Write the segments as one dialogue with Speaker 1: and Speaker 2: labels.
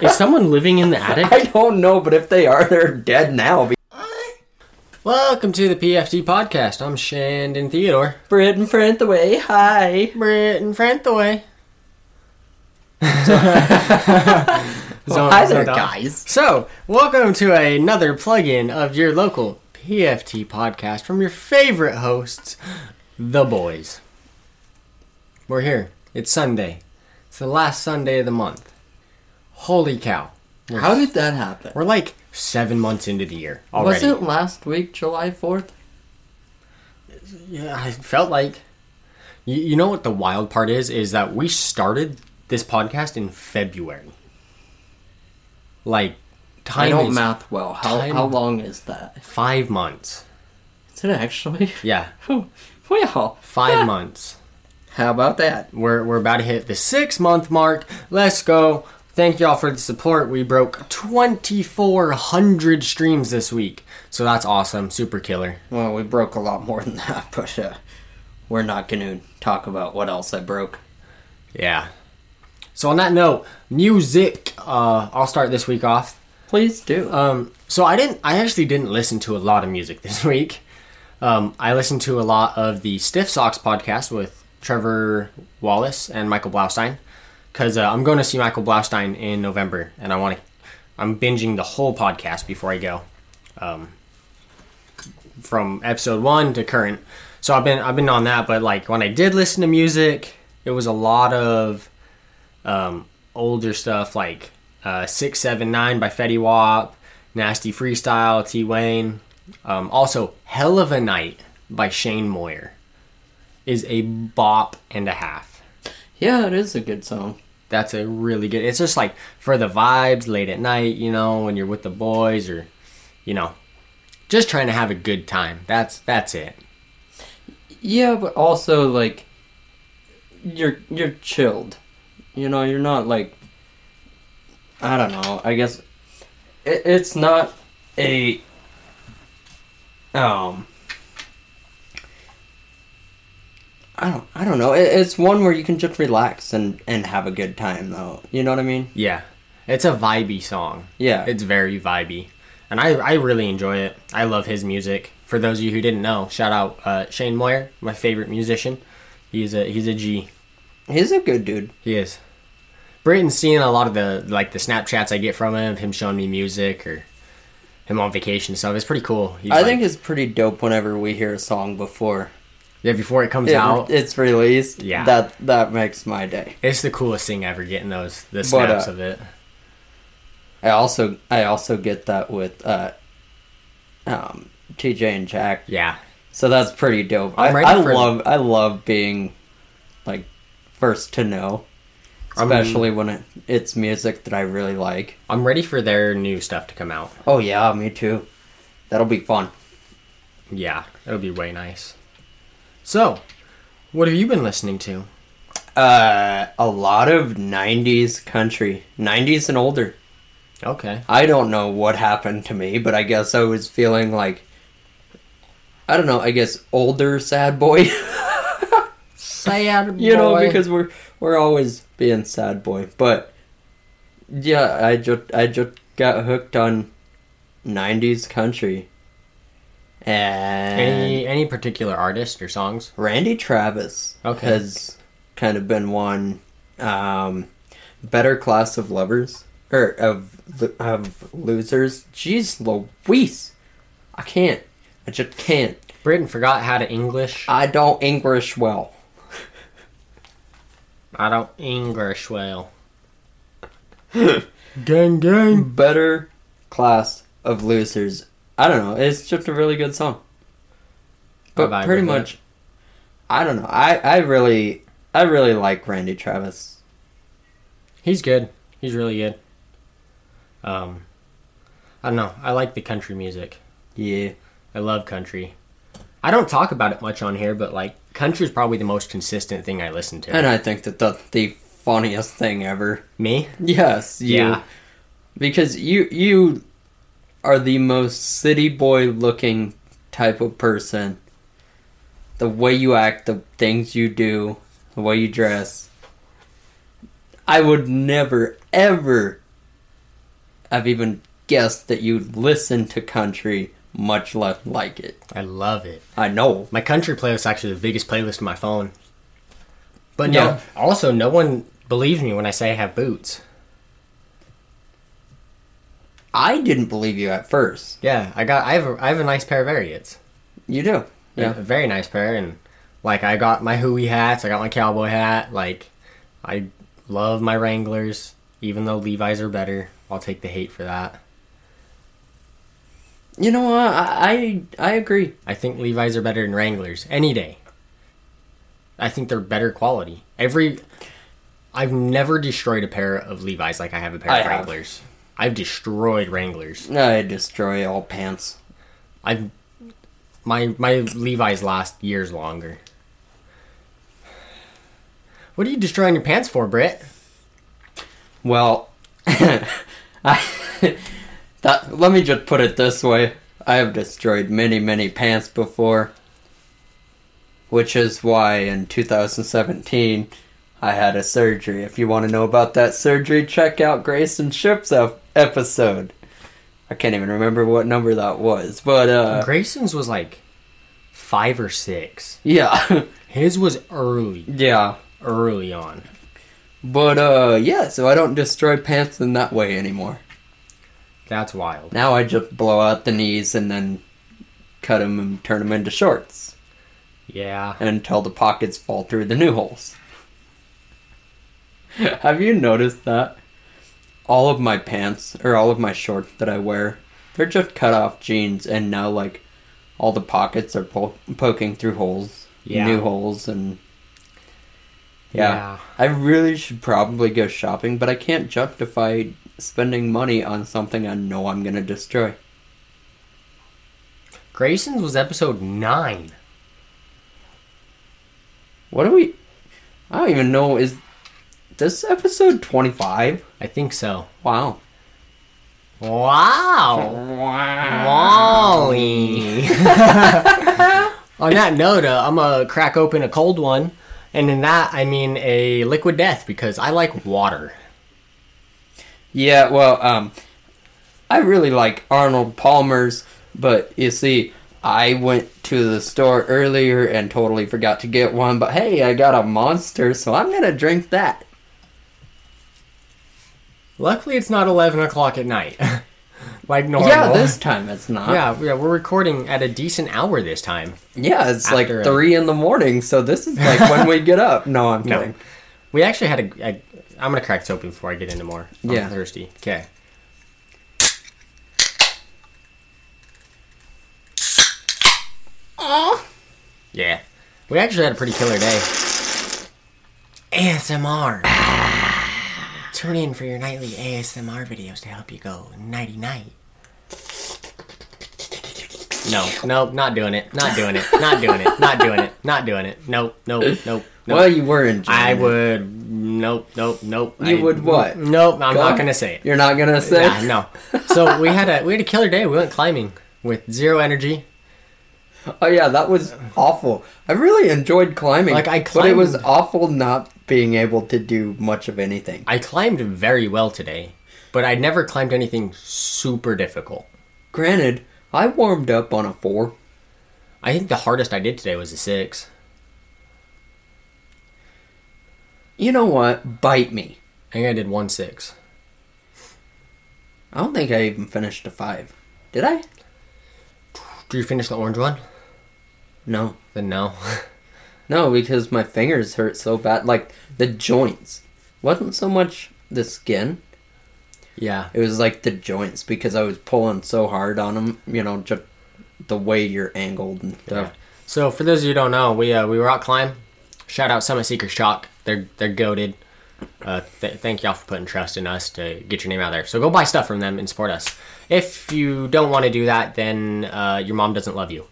Speaker 1: Is someone living in the attic?
Speaker 2: I don't know, but if they are, they're dead now.
Speaker 1: Welcome to the PFT podcast. I'm Shandon Theodore.
Speaker 2: Brit and Frantaway, hi.
Speaker 1: Britt and Franthoy.
Speaker 2: Well, hi there, guys.
Speaker 1: So, welcome to another plug-in of your local PFT podcast from your favorite hosts, the boys. We're here. It's Sunday. It's the last Sunday of the month. Holy cow!
Speaker 2: How did that happen?
Speaker 1: We're like seven months into the year
Speaker 2: Was
Speaker 1: already.
Speaker 2: it last week, July 4th?
Speaker 1: Yeah, I felt like. You, you know what the wild part is? Is that we started this podcast in February. Like, time
Speaker 2: I don't
Speaker 1: is
Speaker 2: math well. How,
Speaker 1: time-
Speaker 2: how long is that?
Speaker 1: five months.
Speaker 2: Is it actually?
Speaker 1: Yeah,
Speaker 2: well,
Speaker 1: five months.
Speaker 2: how about that?
Speaker 1: We're, we're about to hit the six month mark. Let's go. Thank y'all for the support. We broke 2,400 streams this week. So that's awesome. Super killer.
Speaker 2: Well, we broke a lot more than that, but uh, we're not going to talk about what else I broke.
Speaker 1: Yeah. So, on that note, music. Uh, I'll start this week off.
Speaker 2: Please do. Uh,
Speaker 1: Um, so I didn't. I actually didn't listen to a lot of music this week. Um, I listened to a lot of the Stiff Socks podcast with Trevor Wallace and Michael Blaustein because uh, I'm going to see Michael Blaustein in November, and I want to. I'm binging the whole podcast before I go, um, from episode one to current. So I've been I've been on that, but like when I did listen to music, it was a lot of um, older stuff like uh, 679 by Fetty Wap, Nasty Freestyle, T Wayne. Um, also, Hell of a Night by Shane Moyer is a bop and a half.
Speaker 2: yeah, it is a good song.
Speaker 1: That's a really good. It's just like for the vibes late at night, you know, when you're with the boys or, you know, just trying to have a good time. That's that's it.
Speaker 2: Yeah, but also like you're you're chilled. You know, you're not like I don't know. I guess it, it's not a um I don't I don't know. It, it's one where you can just relax and and have a good time though. You know what I mean?
Speaker 1: Yeah, it's a vibey song.
Speaker 2: Yeah.
Speaker 1: It's very vibey, and I, I really enjoy it. I love his music. For those of you who didn't know, shout out uh, Shane Moyer, my favorite musician. He's a he's a G.
Speaker 2: He's a good dude.
Speaker 1: He is. Brayton's seeing a lot of the like the Snapchats I get from him, him showing me music or him on vacation and stuff. It's pretty cool. He's
Speaker 2: I
Speaker 1: like-
Speaker 2: think it's pretty dope whenever we hear a song before
Speaker 1: yeah, before it comes
Speaker 2: it,
Speaker 1: out,
Speaker 2: it's released.
Speaker 1: Yeah.
Speaker 2: That that makes my day.
Speaker 1: it's the coolest thing ever. Getting those the
Speaker 2: But, uh,
Speaker 1: snaps of it.
Speaker 2: I also I also get that with uh, um, TJ and Jack.
Speaker 1: Yeah,
Speaker 2: So that's pretty dope. I,
Speaker 1: I'm ready
Speaker 2: I
Speaker 1: for-
Speaker 2: love I love being like first to know,
Speaker 1: I'm-
Speaker 2: especially when it, it's music that I really like.
Speaker 1: I'm ready for their new stuff to come out.
Speaker 2: Oh yeah, me too. That'll be fun.
Speaker 1: Yeah, that would be way nice. So, what have you been listening to?
Speaker 2: Uh, a lot of '90s country, '90s and older.
Speaker 1: Okay.
Speaker 2: I don't know what happened to me, but I guess I was feeling like I don't know. I guess older sad boy.
Speaker 1: Sad
Speaker 2: you know because we're we're always being sad boy but yeah i just i just got hooked on 90s country and
Speaker 1: any any particular artist or songs?
Speaker 2: randy travis
Speaker 1: Okay.
Speaker 2: has kind of been one um better class of lovers or of lo- of losers jeez louise i can't i just can't
Speaker 1: Britain forgot how to English.
Speaker 2: i don't english well
Speaker 1: I don't English well. gang gang.
Speaker 2: better class of losers. I don't know. It's just a really good song.
Speaker 1: I
Speaker 2: But
Speaker 1: vibe
Speaker 2: pretty
Speaker 1: with
Speaker 2: much, I don't know. I, I really I really like Randy Travis.
Speaker 1: He's good. He's really good. Um, I don't know. I like the country music.
Speaker 2: Yeah.
Speaker 1: I love country. I don't talk about it much on here, but like country is probably the most consistent thing I listen to.
Speaker 2: And I think that that's the funniest thing ever.
Speaker 1: Me?
Speaker 2: Yes. You,
Speaker 1: Yeah.
Speaker 2: Because you you are the most city boy looking type of person. The way you act, the things you do, the way you dress. I would never ever I've even guessed that you listen to country, much less like it.
Speaker 1: I love it.
Speaker 2: I know.
Speaker 1: My country playlist is actually the biggest playlist on my phone. But
Speaker 2: Yeah.
Speaker 1: no, also no one believes me when I say I have boots.
Speaker 2: I didn't believe you at first.
Speaker 1: Yeah, I got I have a, I have a nice pair of Ariats.
Speaker 2: You do.
Speaker 1: Yeah.
Speaker 2: Yeah.
Speaker 1: A very nice pair and like I got my Hooey hats, I got my cowboy hat, like I love my Wranglers even though Levi's are better. I'll take the hate for that.
Speaker 2: You know what? I, I, I agree.
Speaker 1: I think Levi's are better than Wranglers any day. I think they're better quality. Every I've never destroyed a pair of Levi's like I have a pair
Speaker 2: I
Speaker 1: of
Speaker 2: have.
Speaker 1: Wranglers. I've destroyed Wranglers.
Speaker 2: I destroy all pants.
Speaker 1: I've my my Levi's last years longer. What are you destroying your pants for, Britt?
Speaker 2: Well, I, that, let me just put it this way. I have destroyed many, many pants before. Which is why in 2017 I had a surgery. If you want to know about that surgery, check out Grayson Ship's ep- episode. I can't even remember what number that was, but uh,
Speaker 1: Grayson's was like five or six.
Speaker 2: yeah,
Speaker 1: His was early,
Speaker 2: yeah.
Speaker 1: early on.
Speaker 2: But uh, yeah. So I don't destroy pants in that way anymore.
Speaker 1: That's wild.
Speaker 2: Now I just blow out the knees and then cut them and turn them into shorts
Speaker 1: Yeah.
Speaker 2: until the pockets fall through the new holes. Have you noticed that? All of my pants, or all of my shorts that I wear, they're just cut off jeans, and now, like, all the pockets are po- poking through holes,
Speaker 1: Yeah.
Speaker 2: new holes, and. yeah. I really should probably go shopping, but I can't justify spending money on something I know I'm gonna destroy.
Speaker 1: Grayson's was episode nine.
Speaker 2: What do we? I don't even know. Is this episode twenty five?
Speaker 1: I think so.
Speaker 2: Wow.
Speaker 1: Wow. Molly. on that note, uh, I'm going to crack open a cold one. And in that, I mean a liquid death because I like water.
Speaker 2: Yeah. Well, um, I really like Arnold Palmer's, but you see, I went to the store earlier and totally forgot to get one. But hey, I got a monster, so I'm gonna drink that.
Speaker 1: Luckily, it's not 11 o'clock at night. like normal.
Speaker 2: Yeah, this time it's not.
Speaker 1: Yeah, yeah, we're recording at a decent hour this time.
Speaker 2: Yeah, it's
Speaker 1: After
Speaker 2: like
Speaker 1: it.
Speaker 2: three in the morning, so this is like when we get up. No, I'm
Speaker 1: No.
Speaker 2: kidding.
Speaker 1: We actually had a. a I'm going to crack this open before I get into more. I'm
Speaker 2: Yeah.
Speaker 1: thirsty. Okay. Yeah. We actually had a pretty killer day. ASMR. Tune in for your nightly ASMR videos to help you go nighty night. No, no, not doing it. Not doing it. Not doing it. Not doing it. Not doing it. Nope, nope, nope, nope.
Speaker 2: Well, you were enjoying.
Speaker 1: I
Speaker 2: it.
Speaker 1: would. Nope, nope, nope.
Speaker 2: Mm. You
Speaker 1: I-
Speaker 2: would what?
Speaker 1: Nope, I'm
Speaker 2: Go
Speaker 1: not
Speaker 2: on.
Speaker 1: going to say it.
Speaker 2: You're not gonna say.
Speaker 1: Yeah, no. So we had a we had a killer day. We went climbing with zero energy.
Speaker 2: Oh yeah, that was awful. I really enjoyed climbing.
Speaker 1: Like, I
Speaker 2: but it was
Speaker 1: climbed-
Speaker 2: awful not being able to do much of anything.
Speaker 1: I climbed very well today, but I never climbed anything super difficult.
Speaker 2: Granted, I warmed up on a four.
Speaker 1: I think the hardest I did today was a six.
Speaker 2: You know what? Bite me.
Speaker 1: I think I did one six.
Speaker 2: I don't think I even finished a five. Did I?
Speaker 1: Did you finish the orange one?
Speaker 2: No.
Speaker 1: Then no.
Speaker 2: No, because my fingers hurt so bad. Like the joints. Wasn't so much the skin.
Speaker 1: yeah.
Speaker 2: It was like the joints because I was pulling so hard on them. You know, just the way you're angled and stuff.
Speaker 1: So for those of you who don't know, we uh, we rock climb. Shout out Summit Seekers Chalk. They're they're goaded. Uh, th- thank y'all for putting trust in us to get your name out there. So go buy stuff from them and support us. If you don't want to do that, then uh, your mom doesn't love you.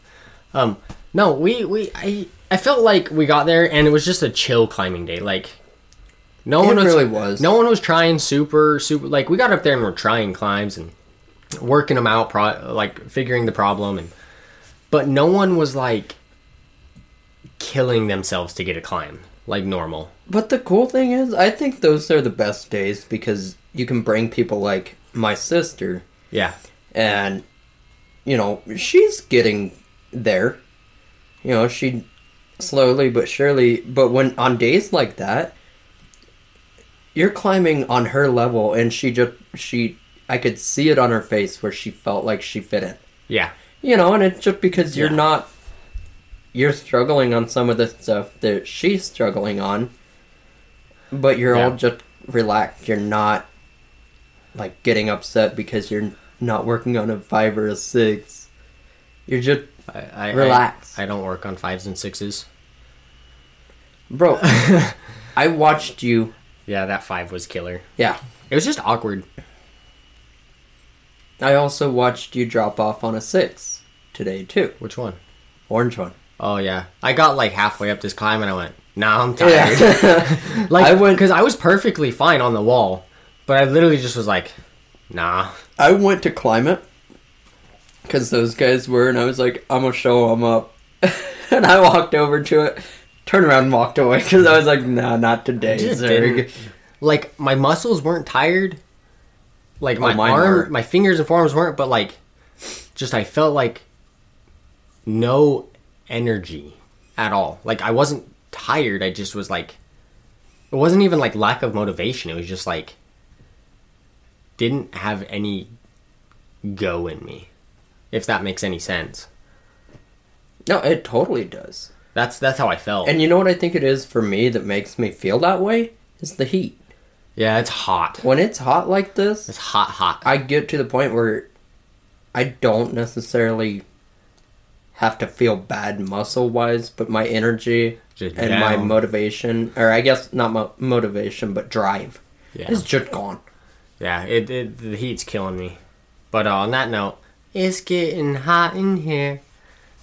Speaker 1: Um, no, we we I I felt like we got there and it was just a chill climbing day. Like no
Speaker 2: It
Speaker 1: one was,
Speaker 2: really was.
Speaker 1: no one was trying super super. Like we got up there and we're trying climbs and working them out, pro- like figuring the problem and but no one was like killing themselves to get a climb like normal.
Speaker 2: But the cool thing is, I think those are the best days because you can bring people like my sister,
Speaker 1: Yeah.
Speaker 2: and you know she's getting there. You know she slowly but surely. But when on days like that, you're climbing on her level, and she just she I could see it on her face where she felt like she fit in.
Speaker 1: Yeah.
Speaker 2: You know, and it's just because you're
Speaker 1: Yeah.
Speaker 2: not you're struggling on some of the stuff that she's struggling on, but you're all
Speaker 1: Yeah.
Speaker 2: just relaxed. You're not like getting upset because you're not working on a five or a six. You're just
Speaker 1: I, I
Speaker 2: Relax.
Speaker 1: I, I don't work on fives and sixes.
Speaker 2: bro. I watched you.
Speaker 1: Yeah, that five was killer.
Speaker 2: Yeah,
Speaker 1: It was just awkward.
Speaker 2: I also watched you drop off on a six today too.
Speaker 1: Which one?
Speaker 2: Orange one.
Speaker 1: Oh yeah, I got like halfway up this climb and I went, "Nah, I'm tired."
Speaker 2: Yeah.
Speaker 1: Like,
Speaker 2: I went-
Speaker 1: because I was perfectly fine on the wall, but I literally just was like, "Nah."
Speaker 2: I went to climb it because those guys were, and I was like, I'm gonna show them up. and I walked over to it, turned around, and walked away because I was like, Nah, not today,
Speaker 1: Just
Speaker 2: Zerg.
Speaker 1: didn't. Like my muscles weren't tired. Like my
Speaker 2: Oh, mine
Speaker 1: arm,
Speaker 2: were.
Speaker 1: my fingers and forearms weren't, but like, just I felt like no energy at all. Like I wasn't tired. I just was like, it wasn't even like lack of motivation. It was just like didn't have any go in me. If that makes any sense.
Speaker 2: No, it totally does.
Speaker 1: That's that's how I felt.
Speaker 2: And you know what I think it is for me that makes me feel that way? It's the heat.
Speaker 1: yeah, it's hot.
Speaker 2: When it's hot like this,
Speaker 1: It's hot, hot.
Speaker 2: I get to the point where I don't necessarily have to feel bad muscle wise, but my energy
Speaker 1: Just
Speaker 2: and my
Speaker 1: down.
Speaker 2: motivation, or I guess not mo- motivation, but drive,
Speaker 1: Yeah.
Speaker 2: is just gone.
Speaker 1: Yeah, it, it the heat's killing me. But uh, on that note, it's getting hot in here,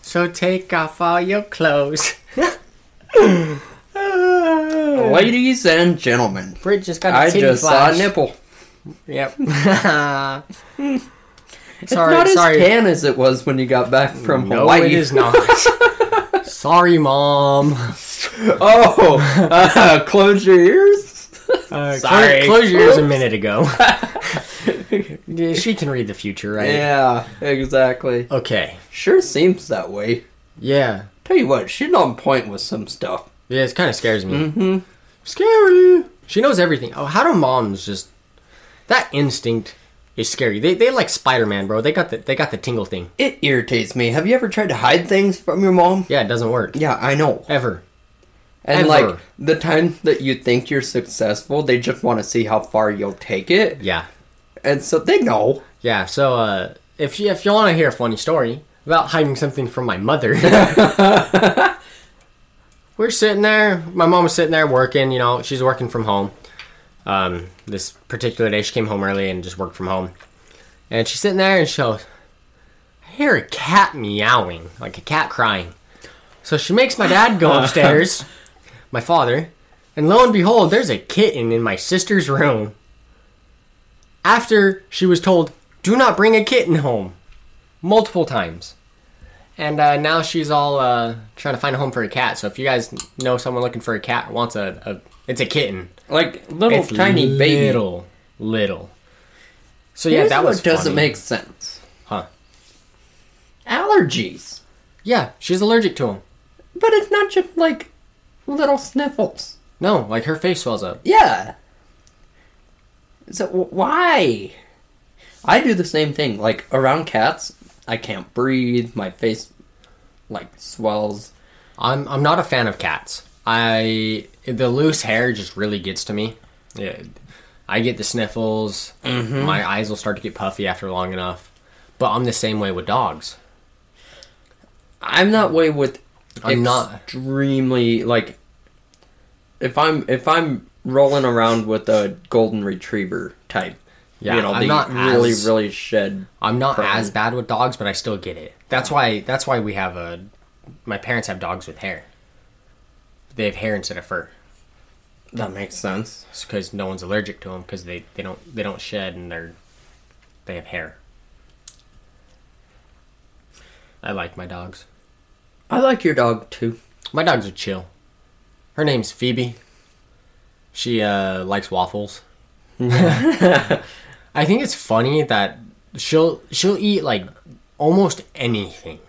Speaker 1: so take off all your clothes.
Speaker 2: Ladies and gentlemen,
Speaker 1: Brit just got a
Speaker 2: I
Speaker 1: titty
Speaker 2: just
Speaker 1: flash.
Speaker 2: saw a nipple.
Speaker 1: Yep.
Speaker 2: It's
Speaker 1: sorry,
Speaker 2: not
Speaker 1: sorry.
Speaker 2: as tan as it was when you got back from
Speaker 1: no,
Speaker 2: Hawaii.
Speaker 1: it is not. sorry, mom.
Speaker 2: Oh, uh, close your ears.
Speaker 1: Uh, Close,
Speaker 2: Sorry.
Speaker 1: close your ears a
Speaker 2: Oops.
Speaker 1: minute ago. Yeah, she can read the future, right?
Speaker 2: yeah, exactly.
Speaker 1: Okay.
Speaker 2: Sure seems that way.
Speaker 1: Yeah.
Speaker 2: Tell you what, she's on point with some stuff.
Speaker 1: Yeah, it kind of scares me.
Speaker 2: Mm-hmm.
Speaker 1: Scary. She knows everything. Oh, how do moms just that instinct is scary. They they like Spider Man, bro. They got the they got the tingle thing.
Speaker 2: It irritates me. Have you ever tried to hide things from your mom?
Speaker 1: Yeah, it doesn't work.
Speaker 2: Yeah, I know.
Speaker 1: Ever.
Speaker 2: And
Speaker 1: Ever.
Speaker 2: like the time that you think you're successful, they just want to see how far you'll take it,
Speaker 1: Yeah.
Speaker 2: and so they know.
Speaker 1: Yeah. So uh if you if you wanna hear a funny story about hiding something from my mother We're sitting there, my mom was sitting there working, you know, she's working from home. Um, this particular day she came home early and just worked from home. And she's sitting there and she goes, I hear a cat meowing, like a cat crying. So she makes my dad go upstairs, my father, and lo and behold, there's a kitten in my sister's room. After she was told, do not bring a kitten home, multiple times. And uh, now she's all uh, trying to find a home for a cat. So if you guys know someone looking for a cat, wants a, a it's a kitten.
Speaker 2: Like little
Speaker 1: It's
Speaker 2: tiny baby.
Speaker 1: little, little. So yeah,
Speaker 2: Here's
Speaker 1: that
Speaker 2: what
Speaker 1: was
Speaker 2: doesn't
Speaker 1: funny.
Speaker 2: make sense.
Speaker 1: huh?
Speaker 2: Allergies,
Speaker 1: Yeah, she's allergic to him.
Speaker 2: but it's not just like little sniffles.
Speaker 1: No, like her face swells up.
Speaker 2: Yeah. So wh- why? I do the same thing. Like around cats, I can't breathe. My face, like swells.
Speaker 1: I'm I'm not a fan of cats. I the loose hair just really gets to me. Yeah, I get the sniffles. My eyes will start to get puffy after long enough. But I'm the same way with dogs.
Speaker 2: I'm that way with
Speaker 1: I'm not-
Speaker 2: extremely like if I'm if I'm rolling around with a golden retriever type.
Speaker 1: Yeah,
Speaker 2: you know,
Speaker 1: I'm
Speaker 2: they
Speaker 1: not
Speaker 2: really
Speaker 1: as-
Speaker 2: really shed.
Speaker 1: I'm not
Speaker 2: Right.
Speaker 1: as bad with dogs, but I still get it. That's why that's why we have a my parents have dogs with hair. They have hair instead of fur.
Speaker 2: That makes sense.
Speaker 1: It's because no one's allergic to them because they, they don't they don't shed and they're they have hair. I like my dogs.
Speaker 2: I like your dog too.
Speaker 1: My dogs are chill. Her name's Phoebe. She uh, likes waffles. I think it's funny that she'll she'll eat like almost anything.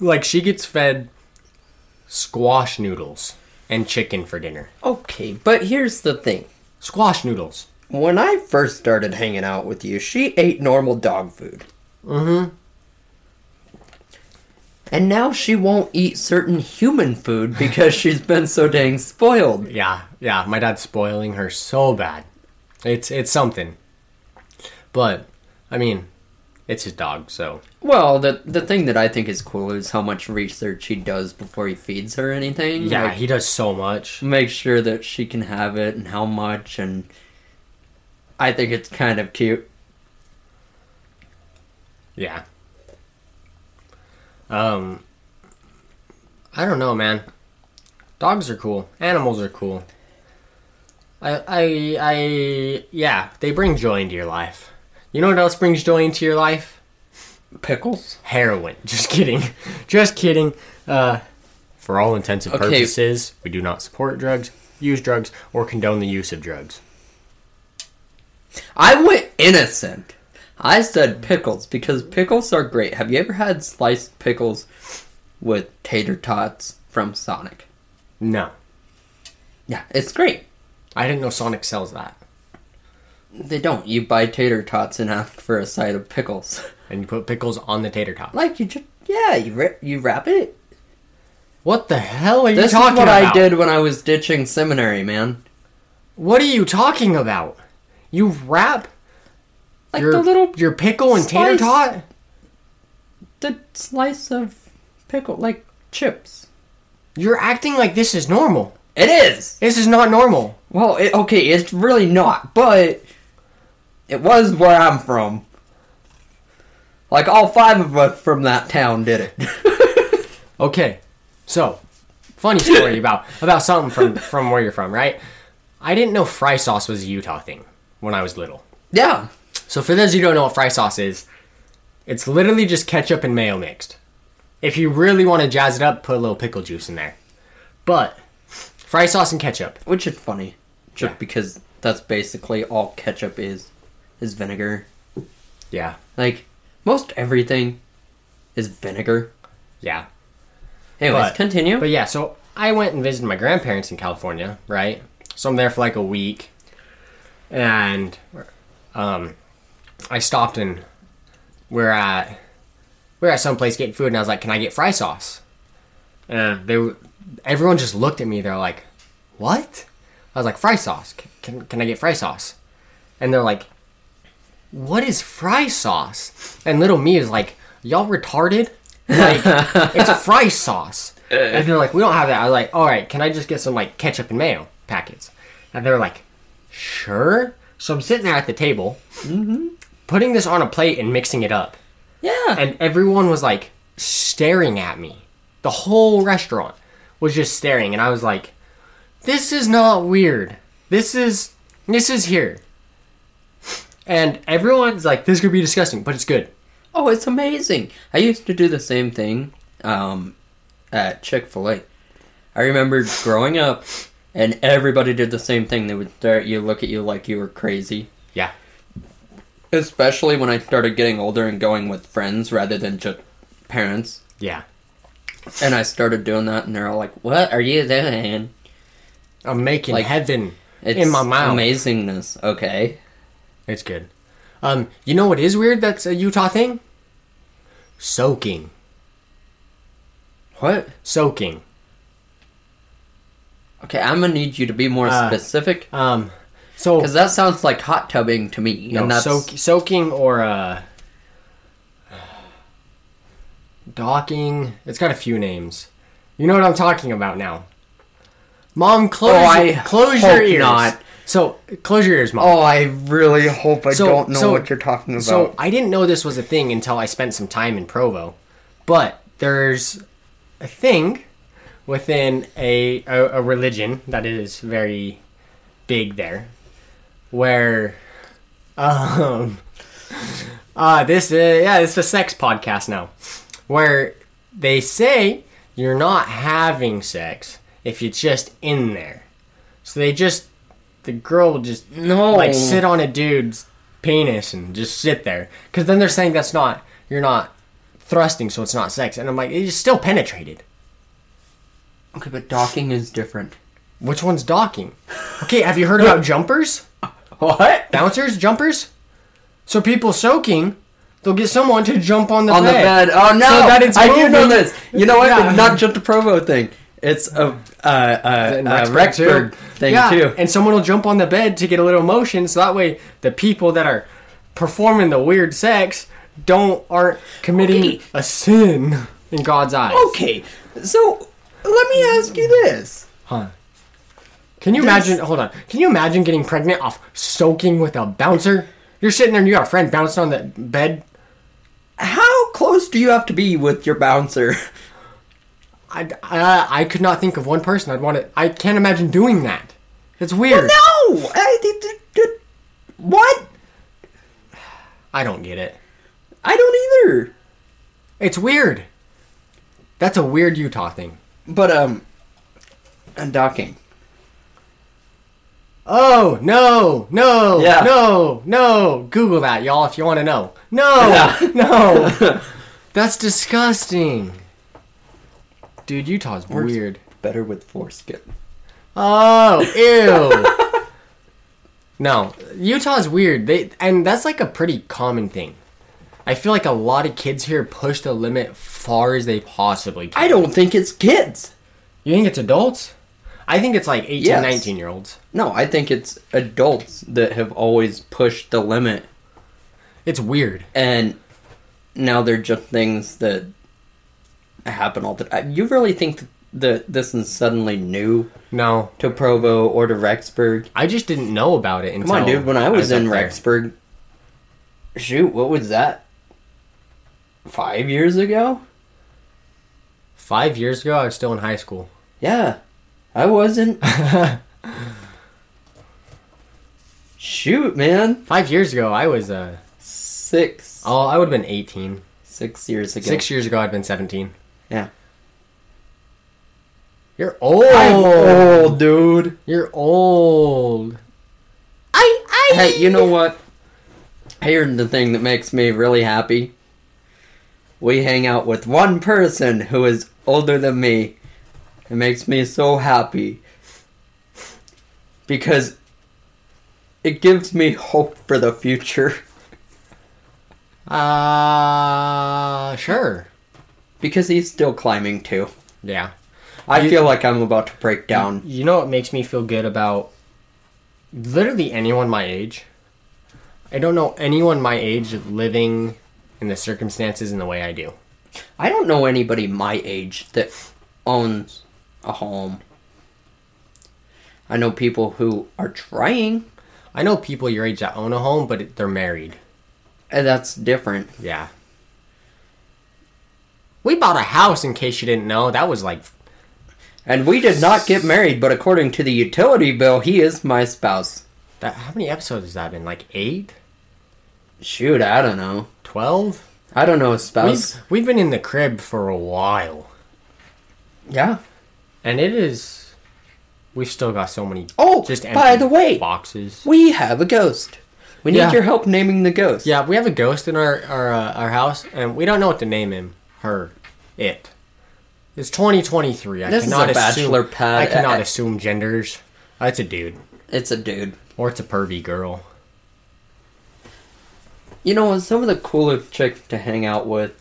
Speaker 1: Like she gets fed squash noodles and chicken for dinner.
Speaker 2: Okay, but here's the thing.
Speaker 1: Squash noodles.
Speaker 2: When I first started hanging out with you, she ate normal dog food.
Speaker 1: Mhm.
Speaker 2: And now she won't eat certain human food because she's been so dang spoiled.
Speaker 1: Yeah, yeah. My dad's spoiling her so bad. It's it's something. But I mean, it's his dog, so
Speaker 2: Well, the the thing that I think is cool is how much research he does before he feeds her anything.
Speaker 1: yeah,
Speaker 2: Like,
Speaker 1: he does so much.
Speaker 2: make sure that she can have it and how much and I think it's kind of cute.
Speaker 1: Yeah. Um I don't know, man. Dogs are cool. Animals are cool. I I I yeah, they bring joy into your life. You know what else brings joy into your life?
Speaker 2: Pickles?
Speaker 1: Heroin. Just kidding. Just kidding. Uh for all intents and
Speaker 2: Okay.
Speaker 1: purposes, we do not support drugs, use drugs, or condone the use of drugs.
Speaker 2: I went innocent. I said pickles because pickles are great. Have you ever had sliced pickles with tater tots from Sonic?
Speaker 1: No.
Speaker 2: Yeah, it's great.
Speaker 1: I didn't know Sonic sells that.
Speaker 2: They don't. You buy tater tots and ask for a side of pickles.
Speaker 1: And you put pickles on the tater tot.
Speaker 2: Like you just yeah, you ri you wrap it.
Speaker 1: What the hell are you
Speaker 2: This is
Speaker 1: talking
Speaker 2: what
Speaker 1: about?
Speaker 2: I did when I was ditching seminary, man.
Speaker 1: What are you talking about? You wrap
Speaker 2: Like
Speaker 1: your
Speaker 2: the little
Speaker 1: your pickle and tater
Speaker 2: slice.
Speaker 1: tot?
Speaker 2: the slice of pickle like chips.
Speaker 1: You're acting like this is normal.
Speaker 2: It is.
Speaker 1: This is not normal.
Speaker 2: Well, it, okay, it's really not, but it was where I'm from. Like all five of us from that town did it.
Speaker 1: Okay. So, funny story about about something from from where you're from, right? I didn't know fry sauce was a Utah thing when I was little.
Speaker 2: yeah.
Speaker 1: So for those who don't know what fry sauce is, it's literally just ketchup and mayo mixed. If you really want to jazz it up, put a little pickle juice in there. But fry sauce and ketchup.
Speaker 2: Which is funny. Just
Speaker 1: Yeah.
Speaker 2: because that's basically all ketchup is is vinegar.
Speaker 1: Yeah.
Speaker 2: Like most everything is vinegar.
Speaker 1: Yeah.
Speaker 2: Anyways,
Speaker 1: But-
Speaker 2: continue.
Speaker 1: But yeah, so I went and visited my grandparents in California, right? So I'm there for like a week, and um, I stopped and we're at we're at some place getting food, and I was like, "Can I get fry sauce?" And they were- everyone just looked at me. They're like, "What?" I was like, "Fry sauce? Can can, can I get fry sauce?" And they're like, what is fry sauce? And little me is like, y'all retarded? Like, it's fry sauce. And they're like, we don't have that. I was like, all right, can I just get some like ketchup and mayo packets? And they're like, sure. So I'm sitting there at the table, putting this on a plate and mixing it up.
Speaker 2: yeah.
Speaker 1: And everyone was like staring at me. The whole restaurant was just staring. And I was like, this is not weird. This is, this is here. And everyone's like, this could be disgusting, but it's good.
Speaker 2: Oh, it's amazing. I used to do the same thing um, at Chick fil A. I remember growing up, and everybody did the same thing. They would stare at you, look at you like you were crazy.
Speaker 1: Yeah.
Speaker 2: Especially when I started getting older and going with friends rather than just parents.
Speaker 1: Yeah.
Speaker 2: And I started doing that, and they're all like, What are you doing?
Speaker 1: I'm making
Speaker 2: Like,
Speaker 1: heaven
Speaker 2: It's
Speaker 1: in my mouth.
Speaker 2: amazingness. Okay.
Speaker 1: It's good. Um, you know what is weird that's a Utah thing? Soaking.
Speaker 2: What?
Speaker 1: Soaking.
Speaker 2: Okay, I'm gonna need you to be more
Speaker 1: Uh,
Speaker 2: specific.
Speaker 1: Um, so
Speaker 2: Because that sounds like hot tubbing to me.
Speaker 1: No,
Speaker 2: and that's
Speaker 1: soak, soaking or uh, docking. It's got a few names. You know what I'm talking about now. Mom, close,
Speaker 2: Oh, I
Speaker 1: close
Speaker 2: hope
Speaker 1: your ears.
Speaker 2: not.
Speaker 1: So close your ears, mom.
Speaker 2: Oh, I really hope I
Speaker 1: So-
Speaker 2: don't know
Speaker 1: so-
Speaker 2: what you're talking about.
Speaker 1: so I didn't know this was a thing until I spent some time in Provo, but there's a thing within a a, a religion that is very big there, where um uh this uh, yeah it's a sex podcast now, where they say you're not having sex if you're just in there, so they just the girl would just
Speaker 2: No.
Speaker 1: like sit on a dude's penis and just sit there. Because then they're saying that's not you're not thrusting, so it's not sex. And I'm like, it's still penetrated.
Speaker 2: Okay, but docking is different.
Speaker 1: Which one's docking? Okay, have you heard about jumpers,
Speaker 2: What?
Speaker 1: bouncers, jumpers? So people soaking, they'll get someone to jump on the
Speaker 2: On the bed. Oh no!
Speaker 1: So that it's
Speaker 2: I do know
Speaker 1: moving.
Speaker 2: this. You know what?
Speaker 1: Yeah.
Speaker 2: It's not just a Provo thing. It's a uh, uh,
Speaker 1: And
Speaker 2: uh,
Speaker 1: Rexburg too.
Speaker 2: Rexburg thing
Speaker 1: Yeah,
Speaker 2: too.
Speaker 1: And someone will jump on the bed to get a little motion, so that way the people that are performing the weird sex don't aren't committing
Speaker 2: Okay.
Speaker 1: a sin in God's eyes.
Speaker 2: Okay, so let me ask you this.
Speaker 1: Huh. Can you imagine? Hold on. Can you imagine getting pregnant off soaking with a bouncer? You're sitting there and you got a friend bouncing on the bed.
Speaker 2: How close do you have to be with your bouncer?
Speaker 1: I, I, I could not think of one person I'd want to. I can't imagine doing that. It's weird.
Speaker 2: No! I, did, did, did- what?
Speaker 1: I don't get it.
Speaker 2: I don't either.
Speaker 1: It's weird. That's a weird Utah thing.
Speaker 2: But, um, and docking.
Speaker 1: Oh no, no,
Speaker 2: Yeah.
Speaker 1: no, no! Google that, y'all, if you want to know. No,
Speaker 2: Yeah.
Speaker 1: no, that's disgusting, dude. Utah's weird.
Speaker 2: Better with foreskin.
Speaker 1: Oh, ew. no, Utah's weird. They and that's like a pretty common thing. I feel like a lot of kids here push the limit far as they possibly can.
Speaker 2: I don't think it's kids.
Speaker 1: You think it's adults? I think it's like 18,
Speaker 2: Yes.
Speaker 1: 19 year olds.
Speaker 2: No, I think it's adults that have always pushed the limit.
Speaker 1: It's weird.
Speaker 2: And now they're just things that happen all the time. You really think that this is suddenly new
Speaker 1: No,
Speaker 2: to Provo or to Rexburg?
Speaker 1: I just didn't know about it until.
Speaker 2: Come on, dude. When I was in
Speaker 1: up there.
Speaker 2: Rexburg, shoot, what was that? Five years ago?
Speaker 1: Five years ago, I was still in high school.
Speaker 2: Yeah, I wasn't. shoot, man.
Speaker 1: Five years ago, I was, uh,
Speaker 2: Six.
Speaker 1: oh, I would have been 18.
Speaker 2: Six years ago.
Speaker 1: Six years ago, I'd been 17.
Speaker 2: Yeah.
Speaker 1: You're old.
Speaker 2: Oh, dude.
Speaker 1: You're old.
Speaker 2: I, I. Hey, you know what? Here's the thing that makes me really happy. We hang out with one person who is older than me. It makes me so happy. Because it gives me hope for the future.
Speaker 1: Uh, sure.
Speaker 2: Because he's still climbing too.
Speaker 1: Yeah.
Speaker 2: I
Speaker 1: You-
Speaker 2: feel like I'm about to break down.
Speaker 1: You know what makes me feel good about literally anyone my age? I don't know anyone my age living in the circumstances in the way I do.
Speaker 2: I don't know anybody my age that owns a home. I know people who are trying,
Speaker 1: I know people your age that own a home, but they're married.
Speaker 2: and that's different.
Speaker 1: Yeah. We bought a house in case you didn't know. That was like
Speaker 2: And we did not get married, but according to the utility bill, he is my spouse.
Speaker 1: that how many episodes has that been? Like eight?
Speaker 2: Shoot, I don't know.
Speaker 1: Twelve?
Speaker 2: I don't know his spouse.
Speaker 1: We've we've been in the crib for a while.
Speaker 2: yeah.
Speaker 1: And it is we've still got so many
Speaker 2: Oh, by the way-
Speaker 1: boxes.
Speaker 2: We have a ghost. We need
Speaker 1: Yeah.
Speaker 2: your help naming the ghost.
Speaker 1: Yeah, we have a ghost in our our, uh, our house, and we don't know what to name him, her, it. It's 2023. I
Speaker 2: This is
Speaker 1: cannot
Speaker 2: a bachelor
Speaker 1: assume,
Speaker 2: pad.
Speaker 1: I cannot
Speaker 2: I-
Speaker 1: assume genders. Uh, It's a dude,
Speaker 2: It's a dude.
Speaker 1: or it's a pervy girl.
Speaker 2: You know, what? some of the cooler chicks to hang out with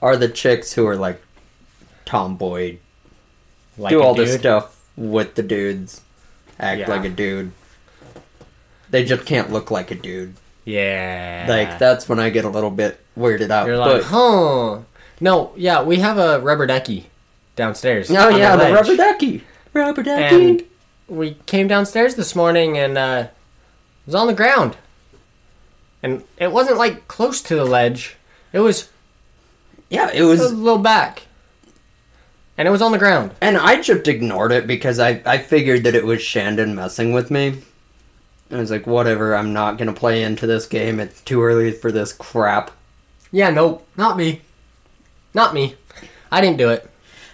Speaker 2: are the chicks who are like tomboy,
Speaker 1: Like
Speaker 2: do
Speaker 1: a
Speaker 2: all this
Speaker 1: dude.
Speaker 2: stuff with the dudes, act
Speaker 1: Yeah.
Speaker 2: like a dude. They just can't look like a dude.
Speaker 1: Yeah.
Speaker 2: Like, that's when I get a little bit weirded out.
Speaker 1: You're like,
Speaker 2: but-
Speaker 1: huh? No, yeah, we have a rubber ducky downstairs.
Speaker 2: Oh
Speaker 1: on
Speaker 2: yeah, the
Speaker 1: ledge.
Speaker 2: rubber ducky. Rubber ducky.
Speaker 1: And we came downstairs this morning and uh, it was on the ground. And it wasn't like close to the ledge. It was,
Speaker 2: yeah, it
Speaker 1: it was a
Speaker 2: was.
Speaker 1: little back. And it was on the ground.
Speaker 2: And I just ignored it because I I figured that it was Shandon messing with me. I was like, whatever. I'm not gonna play into this game. It's too early for this crap.
Speaker 1: Yeah, nope, not me. Not me. I didn't do it.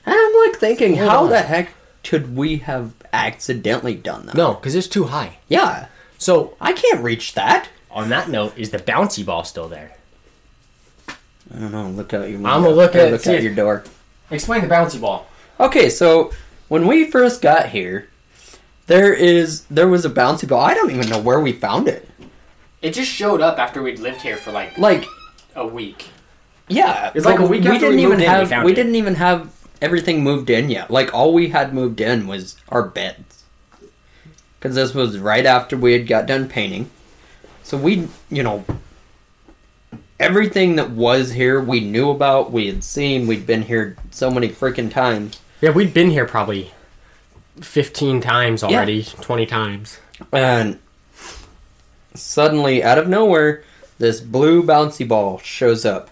Speaker 2: And I'm like thinking,
Speaker 1: Hold
Speaker 2: how
Speaker 1: on.
Speaker 2: the heck could we have accidentally done that.
Speaker 1: No, because it's too high.
Speaker 2: Yeah,
Speaker 1: So
Speaker 2: I can't reach that.
Speaker 1: on that note, is the bouncy ball still there?
Speaker 2: I don't know. Look out your.
Speaker 1: I'ma
Speaker 2: window,
Speaker 1: look
Speaker 2: or
Speaker 1: at-
Speaker 2: look
Speaker 1: see
Speaker 2: out
Speaker 1: if-
Speaker 2: your door.
Speaker 1: Explain the bouncy ball.
Speaker 2: Okay, so when we first got here, there is there was a bouncy ball. I don't even know where we found it.
Speaker 1: It just showed up after we'd lived here for like
Speaker 2: Like,
Speaker 1: a week.
Speaker 2: yeah,
Speaker 1: It's like
Speaker 2: but
Speaker 1: a week
Speaker 2: We
Speaker 1: after
Speaker 2: didn't
Speaker 1: we
Speaker 2: even
Speaker 1: moved in, we
Speaker 2: have
Speaker 1: found
Speaker 2: we
Speaker 1: it.
Speaker 2: didn't even have everything moved in yet. Like all we had moved in was our beds, because this was right after we had got done painting. So we, you know, everything that was here we knew about. We had seen. We'd been here so many freaking times.
Speaker 1: Yeah, we'd been here probably 15 times already, 20 times.
Speaker 2: And suddenly, out of nowhere, this blue bouncy ball shows up.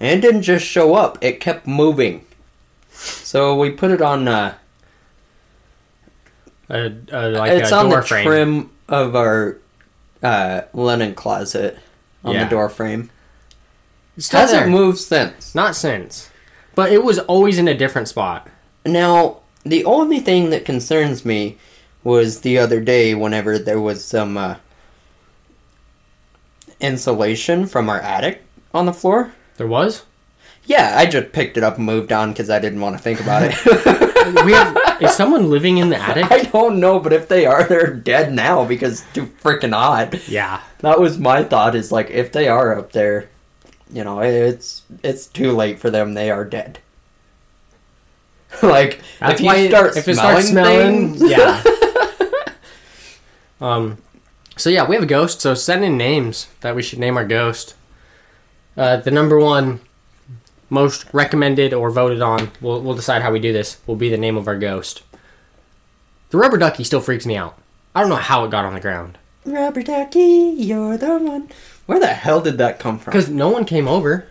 Speaker 2: And it didn't just show up, it kept moving. So we put it on, uh,
Speaker 1: Uh, uh, like
Speaker 2: it's
Speaker 1: a
Speaker 2: on
Speaker 1: door
Speaker 2: the
Speaker 1: frame.
Speaker 2: trim of our uh, linen closet on
Speaker 1: Yeah.
Speaker 2: the door frame.
Speaker 1: Still
Speaker 2: Hasn't
Speaker 1: there.
Speaker 2: moved since.
Speaker 1: Not since. But it was always in a different spot.
Speaker 2: Now, the only thing that concerns me was the other day whenever there was some uh, insulation from our attic on the floor.
Speaker 1: There was?
Speaker 2: Yeah, I just picked it up and moved on because I didn't want to think about it.
Speaker 1: We have, is someone living in the attic?
Speaker 2: I don't know, but if they are, they're dead now because it's too freaking hot.
Speaker 1: Yeah.
Speaker 2: That was my thought. Is like if they are up there, you know, it's it's too late for them. They are dead. like
Speaker 1: That's
Speaker 2: if you
Speaker 1: why it-
Speaker 2: start
Speaker 1: if it
Speaker 2: smelling,
Speaker 1: starts smelling,
Speaker 2: things-
Speaker 1: yeah. um, so yeah, we have a ghost. So send in names that we should name our ghost. Uh, the number one most recommended or voted on. We'll we'll decide how we do this. Will be the name of our ghost. The rubber ducky still freaks me out. I don't know how it got on the ground
Speaker 2: Rubber ducky, you're the one. Where the hell did that come from?
Speaker 1: because no one came over.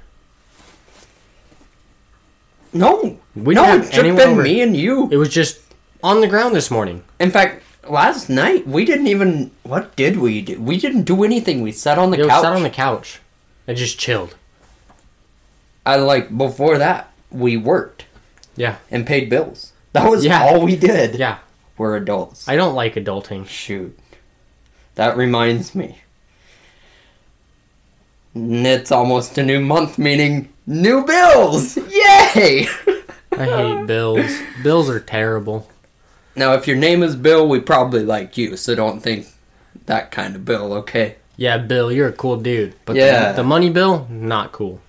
Speaker 2: no,
Speaker 1: We
Speaker 2: no,
Speaker 1: didn't have
Speaker 2: it's just
Speaker 1: anyone
Speaker 2: been
Speaker 1: over.
Speaker 2: me and you.
Speaker 1: It was just on the ground this morning.
Speaker 2: In fact, last night we didn't even. What did we do? We didn't do anything. We sat on the
Speaker 1: It was
Speaker 2: couch.
Speaker 1: sat on the couch and just chilled.
Speaker 2: I like before that we worked
Speaker 1: Yeah,
Speaker 2: and paid bills. That was
Speaker 1: Yeah.
Speaker 2: all we did.
Speaker 1: yeah.
Speaker 2: We're adults.
Speaker 1: I don't like adulting.
Speaker 2: Shoot, that reminds me. It's almost a new month, meaning new bills. Yay!
Speaker 1: I hate bills. Bills are terrible.
Speaker 2: now, if your name is Bill, we probably like you, so don't think that kind of Bill. Okay.
Speaker 1: Yeah, Bill, you're a cool dude. But
Speaker 2: Yeah.
Speaker 1: the, the money bill, not cool.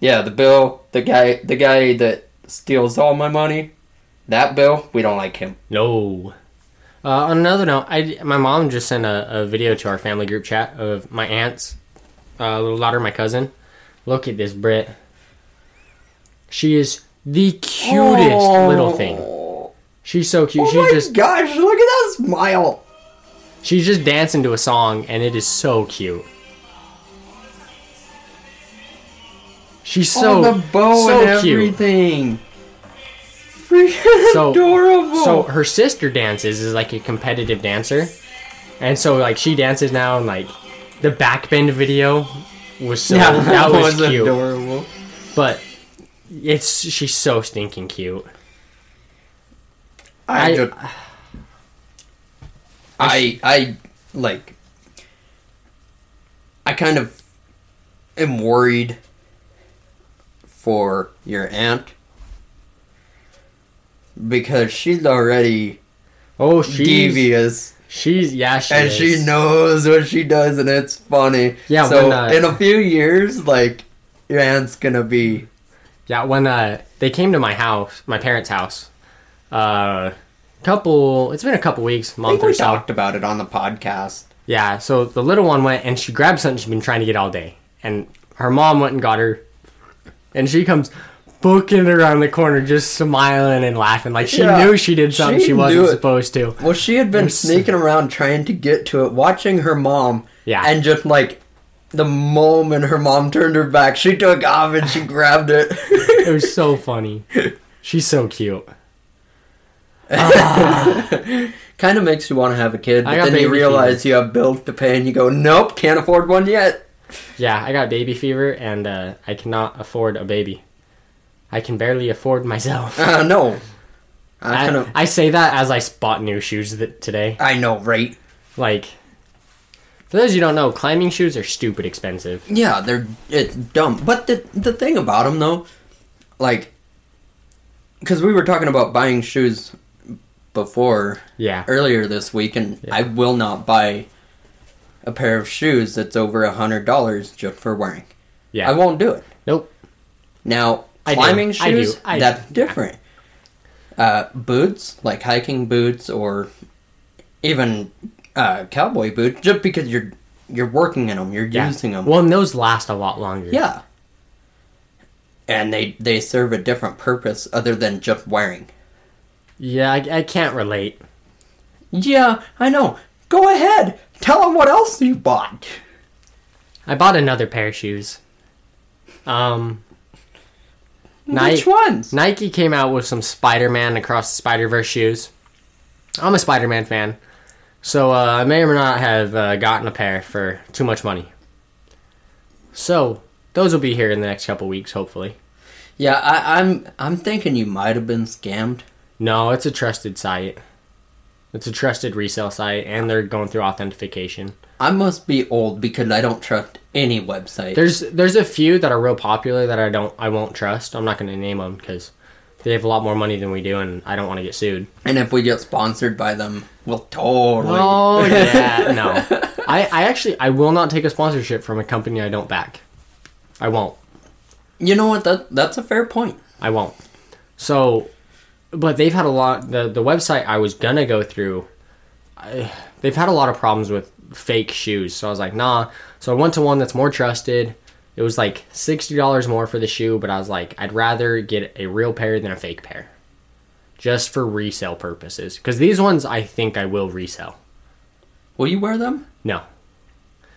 Speaker 2: Yeah, the bill, the guy, the guy that steals all my money, that bill, we don't like him.
Speaker 1: No. Uh, on another note, I, my mom just sent a, a video to our family group chat of my aunts, uh, little daughter, my cousin. Look at this, Brit. She is the cutest little thing.
Speaker 2: Oh
Speaker 1: She's so cute.
Speaker 2: my
Speaker 1: she's just
Speaker 2: gosh, look at that smile.
Speaker 1: she's just dancing to a song, and it is so cute. She's so
Speaker 2: oh, the bow
Speaker 1: so
Speaker 2: and
Speaker 1: cute.
Speaker 2: everything. Freaking
Speaker 1: So-
Speaker 2: adorable.
Speaker 1: So her sister dances is like a competitive dancer, and so like she dances now and like the backbend video was so that, was, cute.
Speaker 2: adorable.
Speaker 1: But it's she's so stinking cute.
Speaker 2: I,
Speaker 1: I-
Speaker 2: ju- I, I, like, I kind of am worried for your aunt because she's already
Speaker 1: Oh, she's
Speaker 2: devious
Speaker 1: she's yeah she
Speaker 2: and
Speaker 1: is.
Speaker 2: she knows what she does, and it's funny.
Speaker 1: Yeah,
Speaker 2: so
Speaker 1: when, uh,
Speaker 2: in a few years, like, your aunt's gonna be
Speaker 1: Yeah, when uh, they came to my house, my parents' house, uh, couple it's been a couple weeks,
Speaker 2: I
Speaker 1: month
Speaker 2: think we
Speaker 1: or so.
Speaker 2: talked about it on the podcast.
Speaker 1: Yeah, so the little one went and she grabbed something she's been trying to get all day. And her mom went and got her. And she comes booking around the corner, just smiling and laughing. Like she
Speaker 2: Yeah.
Speaker 1: knew she did something
Speaker 2: She
Speaker 1: she, wasn't
Speaker 2: knew it.
Speaker 1: supposed to.
Speaker 2: Well, she had been
Speaker 1: Yes.
Speaker 2: sneaking around trying to get to it, watching her mom.
Speaker 1: Yeah.
Speaker 2: And just like the moment her mom turned her back, she took off and she grabbed it.
Speaker 1: It was so funny. She's so cute.
Speaker 2: kind of makes you want to have a kid, but
Speaker 1: got
Speaker 2: then you
Speaker 1: baby
Speaker 2: realize you have bills to pay and you go, nope, can't afford one yet.
Speaker 1: Yeah, I got baby fever and uh, I cannot afford a baby. I can barely afford myself.
Speaker 2: Uh, no. I
Speaker 1: I,
Speaker 2: kinda-
Speaker 1: I say that as I spot new shoes that today.
Speaker 2: I know, right?
Speaker 1: Like, for those you don't know, climbing shoes are stupid expensive.
Speaker 2: Yeah, they're it's dumb. But the the thing about them though, like, because we were talking about buying shoes before
Speaker 1: Yeah.
Speaker 2: earlier this week, and I will not buy a pair of shoes that's over a hundred dollars just for wearing.
Speaker 1: Yeah.
Speaker 2: I won't do it.
Speaker 1: Nope.
Speaker 2: Now
Speaker 1: I do.
Speaker 2: climbing
Speaker 1: I do.
Speaker 2: shoes,
Speaker 1: I do.
Speaker 2: that's different. Uh, boots like hiking boots or even uh, cowboy boots, just because you're you're working in them, you're
Speaker 1: Yeah.
Speaker 2: using them.
Speaker 1: Well, and those last a lot longer.
Speaker 2: Yeah. And they they serve a different purpose other than just wearing.
Speaker 1: Yeah, I, I can't relate.
Speaker 2: Yeah, I know. Go ahead. Tell them what else you bought.
Speaker 1: I bought another pair of shoes. Um, Nike,
Speaker 2: Which ones?
Speaker 1: Nike came out with some Spider-Man across the Spider-Verse shoes. I'm a Spider-Man fan, so uh, I may or may not have uh, gotten a pair for too much money. So those will be here in the next couple weeks, hopefully.
Speaker 2: Yeah, I, I'm I'm thinking you might have been scammed.
Speaker 1: No, it's a trusted site. It's a trusted resale site, and they're going through authentication.
Speaker 2: I must be old because I don't trust any website.
Speaker 1: There's there's a few that are real popular that I don't I won't trust. I'm not going to name them because they have a lot more money than we do, and I don't want to get sued.
Speaker 2: and if we get sponsored by them, we'll totally.
Speaker 1: Oh yeah, no. I, I actually I will not take a sponsorship from a company I don't back. I won't.
Speaker 2: You know what? That that's a fair point.
Speaker 1: I won't. So, but they've had a lot. The the website I was gonna go through, I, they've had a lot of problems with fake shoes. So I was like, nah. So I went to one that's more trusted. It was like sixty dollars more for the shoe, but I was like, I'd rather get a real pair than a fake pair, just for resale purposes. Because these ones I think I will resell.
Speaker 2: Will you wear them?
Speaker 1: No.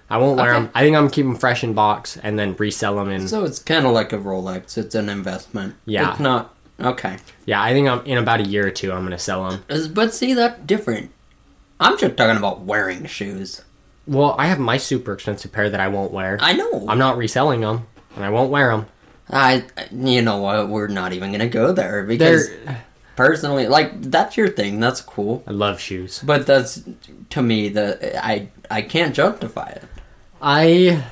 Speaker 1: I won't wear
Speaker 2: Okay.
Speaker 1: them. I think I'm gonna keep them fresh in box and then resell them in.
Speaker 2: So it's kind of like a Rolex. It's an investment.
Speaker 1: Yeah.
Speaker 2: It's not okay.
Speaker 1: yeah, I think I'm in about a year or two. I'm gonna sell them.
Speaker 2: Is- But see, that's different. I'm just talking about wearing shoes.
Speaker 1: Well, I have my super expensive pair that I won't wear.
Speaker 2: I know.
Speaker 1: I'm not reselling them, and I won't wear them.
Speaker 2: I, you know what? We're not even gonna go there because
Speaker 1: They're,
Speaker 2: personally, like that's your thing. That's cool.
Speaker 1: I love shoes.
Speaker 2: But that's to me the I I can't justify it.
Speaker 1: I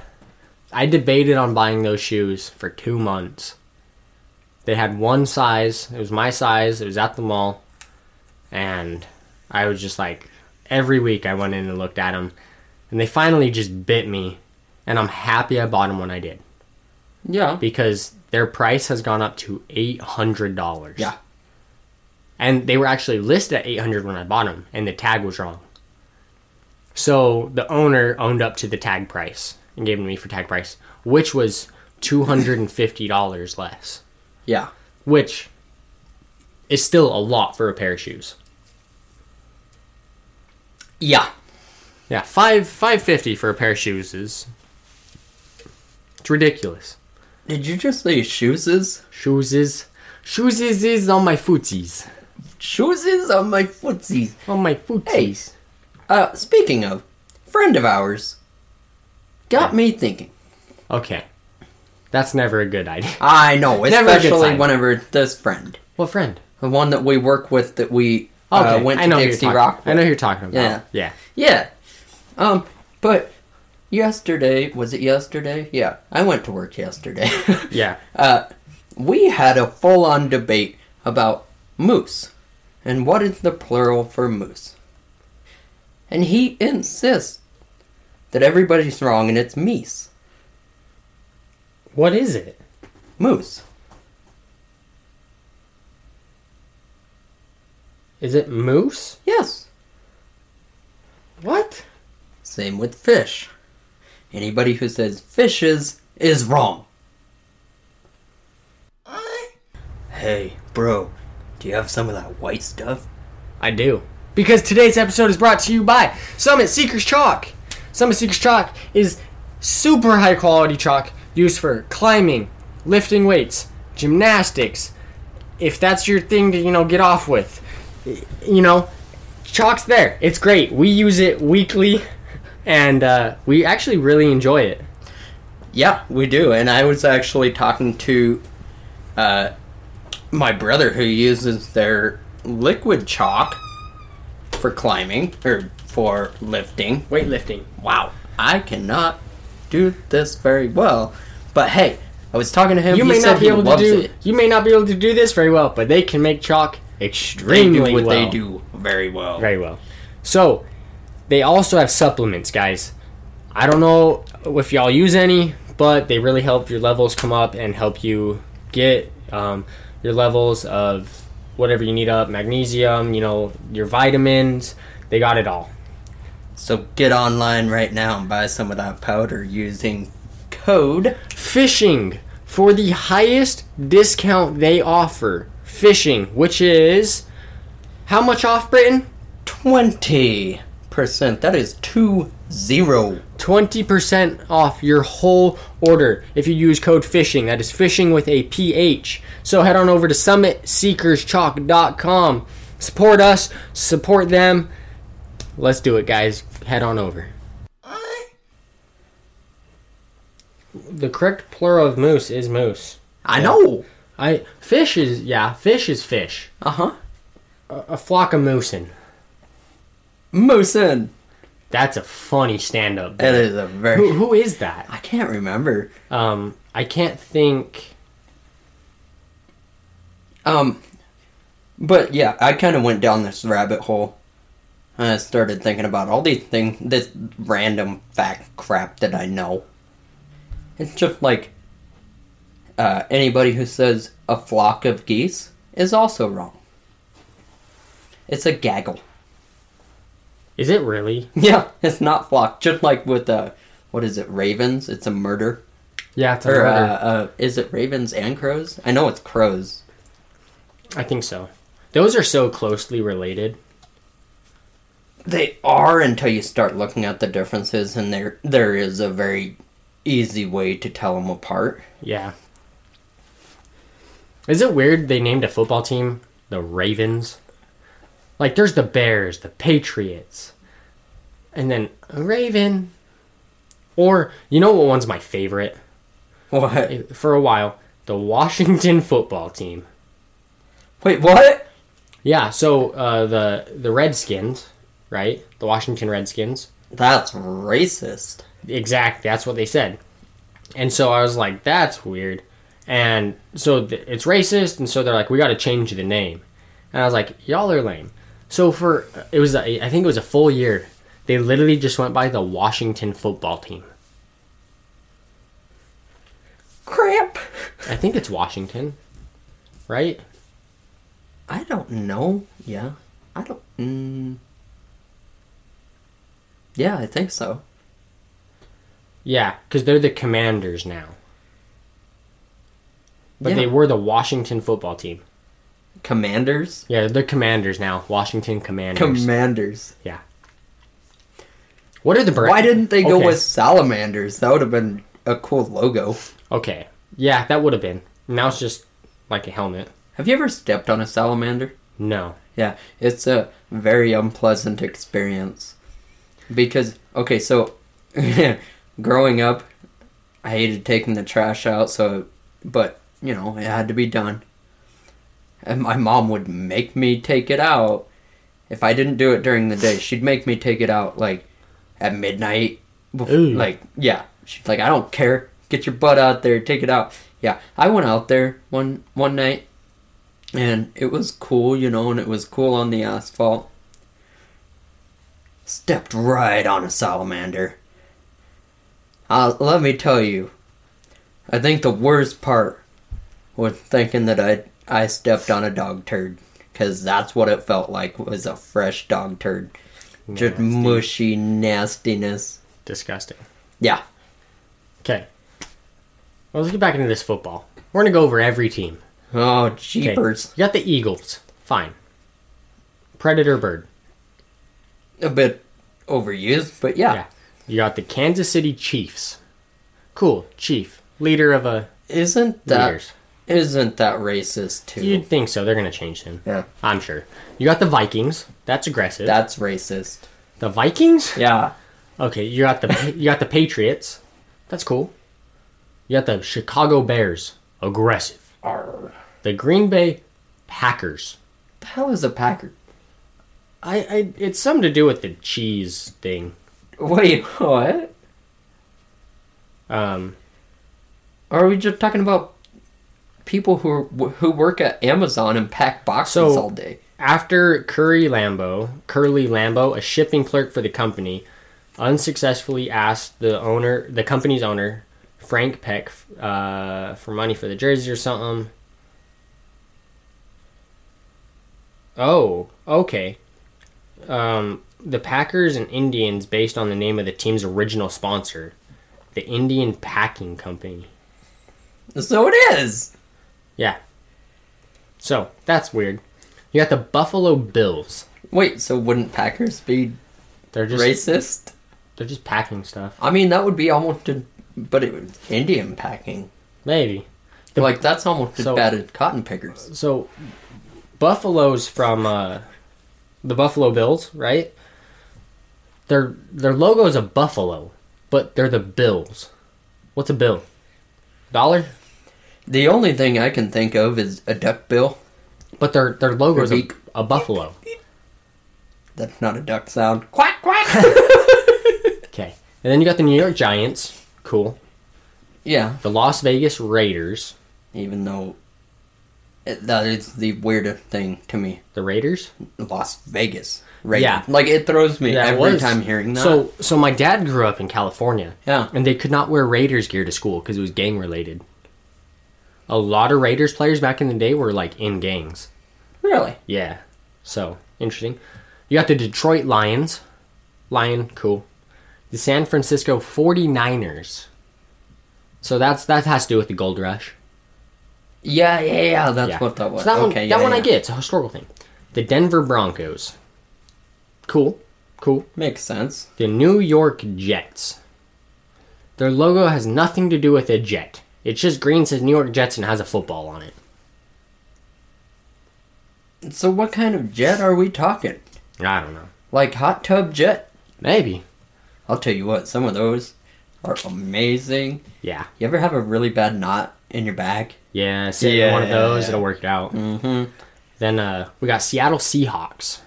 Speaker 1: I debated on buying those shoes for two months. They had one size. It was my size. It was at the mall, and I was just like, every week I went in and looked at them, and they finally just bit me, and I'm happy I bought them when I did
Speaker 2: Yeah.
Speaker 1: because their price has gone up to eight hundred dollars.
Speaker 2: Yeah.
Speaker 1: and they were actually listed at 800 when I bought them, and the tag was wrong. So the owner owned up to the tag price and gave them to me for tag price, which was $250 less,
Speaker 2: Yeah.
Speaker 1: which is still a lot for a pair of shoes.
Speaker 2: Yeah.
Speaker 1: Yeah, five five fifty for a pair of shoes is it's ridiculous.
Speaker 2: Did you just say shoeses?
Speaker 1: Shoes is shoes is, is on my footsies.
Speaker 2: Shoeses on my footsies.
Speaker 1: On my footsies.
Speaker 2: Uh, speaking of, friend of ours got me thinking.
Speaker 1: Okay. That's never a good idea.
Speaker 2: I know,
Speaker 1: Never a good
Speaker 2: especially
Speaker 1: sign.
Speaker 2: whenever it's this friend,
Speaker 1: What friend?
Speaker 2: the one that we work with, that we uh, went to
Speaker 1: who you're
Speaker 2: Dixie
Speaker 1: talking-
Speaker 2: Rock.
Speaker 1: I know who you're talking about.
Speaker 2: Yeah.
Speaker 1: Yeah. Yeah.
Speaker 2: Yeah. Um, but yesterday, was it yesterday? Yeah, I went to work yesterday.
Speaker 1: Yeah.
Speaker 2: uh, we had a full on debate about moose and what is the plural for moose. And he insists that everybody's wrong and it's meese.
Speaker 1: What is it?
Speaker 2: Moose.
Speaker 1: Is it moose?
Speaker 2: Yes.
Speaker 1: What?
Speaker 2: Same with fish. Anybody who says fishes is wrong. Hey, bro, do you have some of that white stuff?
Speaker 1: I do. Because today's episode is brought to you by Summit Seekers Chalk. Summit Seekers Chalk is super high quality chalk used for climbing, lifting weights, gymnastics. If that's your thing to, you know, get off with, you know, chalk's there. It's great. We use it weekly and uh, we actually really enjoy it.
Speaker 2: Yeah, we do. And I was actually talking to uh, my brother who uses their liquid chalk for climbing or for lifting.
Speaker 1: Weightlifting.
Speaker 2: Wow, I cannot do this very well. But hey, I was talking to him.
Speaker 1: You
Speaker 2: he
Speaker 1: may
Speaker 2: said
Speaker 1: not be
Speaker 2: he
Speaker 1: able to
Speaker 2: loves
Speaker 1: do.
Speaker 2: it.
Speaker 1: You may not be able to do this very well, but they can make chalk
Speaker 2: They
Speaker 1: extremely
Speaker 2: do what
Speaker 1: well.
Speaker 2: they do very well.
Speaker 1: Very well. So, they also have supplements, guys. I don't know if y'all use any, but they really help your levels come up and help you get um, your levels of whatever you need up magnesium, you know, your vitamins. They got it all.
Speaker 2: So get online right now and buy some of that powder using code.
Speaker 1: Fishing for the highest discount they offer. Fishing, which is how much off, Britain?
Speaker 2: twenty percent. That is two zero.
Speaker 1: 20% off your whole order if you use code fishing that is fishing with a ph so head on over to summitseekerschalk.com support us support them let's do it guys head on over the correct plural of moose is moose
Speaker 2: I know.
Speaker 1: i fish is yeah fish is fish
Speaker 2: Uh huh.
Speaker 1: a, a flock of moosin
Speaker 2: Moosin.
Speaker 1: that's a funny stand-up
Speaker 2: It is a very.
Speaker 1: who, who is that
Speaker 2: I can't remember.
Speaker 1: um i can't think
Speaker 2: Um, but yeah, I kind of went down this rabbit hole. And I started thinking about all these things, this random fact crap that I know. It's just like uh, anybody who says a flock of geese is also wrong. It's a gaggle.
Speaker 1: is it really
Speaker 2: Yeah, it's not flock. Just like with uh, what is it, ravens? It's a murder.
Speaker 1: yeah it's a
Speaker 2: Or uh,
Speaker 1: murder.
Speaker 2: uh, is it ravens and crows? I know it's
Speaker 1: uh,
Speaker 2: crows.
Speaker 1: I think so. Those are so closely related.
Speaker 2: They are until you start looking at the differences, and there there is a very easy way to tell them apart.
Speaker 1: Yeah. Is it weird they named a football team the Ravens? Like, there's the Bears, the Patriots, and then a Raven. Or, you know what one's my favorite
Speaker 2: What?
Speaker 1: for a while? The Washington football team.
Speaker 2: Wait, what?
Speaker 1: Yeah, so uh, the the Redskins, right? The Washington Redskins.
Speaker 2: That's racist.
Speaker 1: Exactly. That's what they said. And so I was like, that's weird. And so th- it's racist. And so they're like, we got to change the name. And I was like, y'all are lame. So for, it was, a- I think it was a full year. They literally just went by the Washington football team.
Speaker 2: Crap.
Speaker 1: I think it's Washington, right?
Speaker 2: I don't know. Yeah, I don't. Mm, yeah, I think so.
Speaker 1: Yeah, because they're the commanders now. But
Speaker 2: yeah.
Speaker 1: they were the Washington football team.
Speaker 2: commanders.
Speaker 1: Yeah, they're commanders now. Washington commanders.
Speaker 2: Commanders.
Speaker 1: yeah. What are the birds?
Speaker 2: Why didn't they go
Speaker 1: Okay.
Speaker 2: with salamanders? That would have been a cool logo.
Speaker 1: Okay. Yeah, that would have been. Now it's just like a helmet.
Speaker 2: Have you ever stepped on a salamander?
Speaker 1: No.
Speaker 2: Yeah, it's a very unpleasant experience. Because, okay, so growing up, I hated taking the trash out, so, but, you know, it had to be done. And my mom would make me take it out. If I didn't do it during the day, she'd make me take it out, like, at midnight. bef-
Speaker 1: Ooh.
Speaker 2: Like, yeah. She's like, I don't care. Get your butt out there, take it out. Yeah, I went out there one one night and it was cool, you know, and it was cool on the asphalt. Stepped right on a salamander. Uh, let me tell you, I think the worst part was thinking that I I stepped on a dog turd, because that's what it felt like was a fresh dog turd, just
Speaker 1: Nasty.
Speaker 2: mushy nastiness.
Speaker 1: Disgusting.
Speaker 2: Yeah,
Speaker 1: Okay. Well, let's get back into this football. We're going to go over every team.
Speaker 2: oh
Speaker 1: Okay.
Speaker 2: jeepers,
Speaker 1: You got the Eagles. Fine. Predator bird.
Speaker 2: a bit overused, but yeah.
Speaker 1: Yeah. You got the Kansas City Chiefs. Cool. Chief. Leader of a.
Speaker 2: Isn't that
Speaker 1: Leaders.
Speaker 2: not that racist too?
Speaker 1: You'd think so. They're going to change him.
Speaker 2: Yeah.
Speaker 1: I'm sure. You got the Vikings. That's aggressive.
Speaker 2: That's racist.
Speaker 1: the Vikings?
Speaker 2: Yeah.
Speaker 1: Okay, you got the you got the Patriots. That's cool. You got the Chicago Bears, aggressive. The Green Bay Packers.
Speaker 2: the hell is a Packard?
Speaker 1: I, I it's something to do with the cheese thing.
Speaker 2: Wait, what?
Speaker 1: Um,
Speaker 2: Are we just talking about people who are, who work at Amazon and pack boxes
Speaker 1: So-
Speaker 2: all day?
Speaker 1: after Curry Lambo, Curly Lambo, a shipping clerk for the company, unsuccessfully asked the owner, the company's owner, Frank Peck, uh, for money for the jersey or something. Oh, okay. Um, the Packers and Indians, based on the name of the team's original sponsor, the Indian Packing Company.
Speaker 2: So it is.
Speaker 1: Yeah. So that's weird. You got the Buffalo Bills.
Speaker 2: Wait, so wouldn't Packers be
Speaker 1: They're just
Speaker 2: racist?
Speaker 1: they're just packing stuff.
Speaker 2: I mean, that would be almost, a, but it was Indian packing.
Speaker 1: Maybe. The-
Speaker 2: Like that's almost
Speaker 1: So-
Speaker 2: as bad as cotton pickers.
Speaker 1: So Buffalo's from uh, the Buffalo Bills, right? Their their logo is a buffalo, but they're the Bills. What's a bill? Dollar?
Speaker 2: The only thing I can think of is a duck bill.
Speaker 1: But their their logo is
Speaker 2: Their
Speaker 1: a,
Speaker 2: beak.
Speaker 1: a buffalo.
Speaker 2: That's not a duck sound. Quack quack.
Speaker 1: Okay. And then you got the New York Giants. Cool.
Speaker 2: yeah,
Speaker 1: The Las Vegas Raiders.
Speaker 2: even though it, that is the weirdest thing to me.
Speaker 1: The Raiders?
Speaker 2: Las Vegas. Right.
Speaker 1: Yeah.
Speaker 2: Like it throws me
Speaker 1: Yeah, it
Speaker 2: every
Speaker 1: was.
Speaker 2: time hearing that.
Speaker 1: So, so my dad grew up in California.
Speaker 2: Yeah.
Speaker 1: and they could not wear Raiders gear to school because it was gang related. A lot of Raiders players back in the day were like in gangs.
Speaker 2: Really?
Speaker 1: Yeah, so interesting. You got the Detroit Lions, Lion, cool. The San Francisco 49ers. So that's that has to do with the gold rush.
Speaker 2: Yeah, yeah, yeah. That's
Speaker 1: Yeah.
Speaker 2: what that was.
Speaker 1: So that one,
Speaker 2: okay,
Speaker 1: that
Speaker 2: yeah,
Speaker 1: one I
Speaker 2: yeah.
Speaker 1: get. It's a historical thing. The Denver Broncos. Cool, cool.
Speaker 2: Makes sense.
Speaker 1: The New York Jets. Their logo has nothing to do with a jet. It's just green says New York Jets and has a football on it.
Speaker 2: So what kind of jet are we talking?
Speaker 1: I don't know.
Speaker 2: Like hot tub jet?
Speaker 1: Maybe.
Speaker 2: I'll tell you what, some of those are amazing.
Speaker 1: Yeah.
Speaker 2: You ever have a really bad knot in your back?
Speaker 1: Yeah, sit in one of
Speaker 2: Yeah.
Speaker 1: those, it'll work out.
Speaker 2: Mm-hmm.
Speaker 1: Then uh, we got Seattle Seahawks.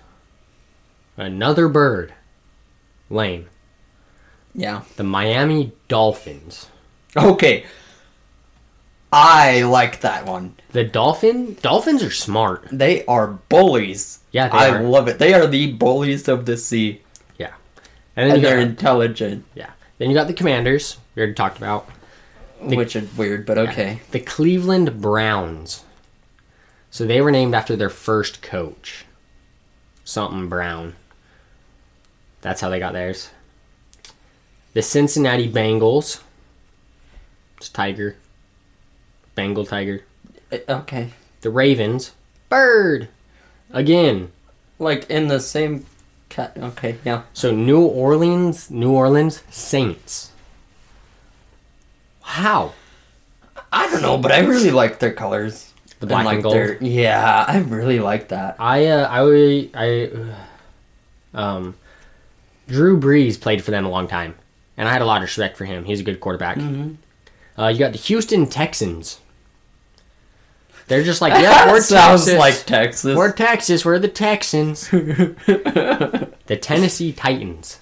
Speaker 1: Another bird. Lame.
Speaker 2: Yeah.
Speaker 1: The Miami Dolphins.
Speaker 2: Okay. I like that one.
Speaker 1: The Dolphin? Dolphins are smart.
Speaker 2: They are bullies.
Speaker 1: Yeah, they
Speaker 2: I
Speaker 1: are.
Speaker 2: love it. They are the bullies of the sea,
Speaker 1: Yeah. And then,
Speaker 2: and
Speaker 1: you
Speaker 2: they're
Speaker 1: got,
Speaker 2: intelligent,
Speaker 1: yeah. then you got the Commanders. We already talked about.
Speaker 2: which is weird, but okay.
Speaker 1: The Cleveland Browns. So they were named after their first coach, something Brown. That's how they got theirs. The Cincinnati Bengals. It's Tiger. Bengal Tiger.
Speaker 2: Uh, Okay,
Speaker 1: The Ravens. Bird. Again.
Speaker 2: like in the same cat. Okay, yeah.
Speaker 1: So New Orleans, New Orleans Saints. How?
Speaker 2: I don't know, but I really like their colors.
Speaker 1: The black
Speaker 2: like
Speaker 1: and gold.
Speaker 2: their- yeah, I really like that.
Speaker 1: I uh, I would- I uh, um Drew Brees played for them a long time, and I had a lot of respect for him. He's a good quarterback.
Speaker 2: Mm-hmm.
Speaker 1: Uh, you got the Houston Texans. They're just like yeah, we're
Speaker 2: sounds
Speaker 1: Texas.
Speaker 2: like Texas.
Speaker 1: we're Texas. We're the Texans. the Tennessee Titans.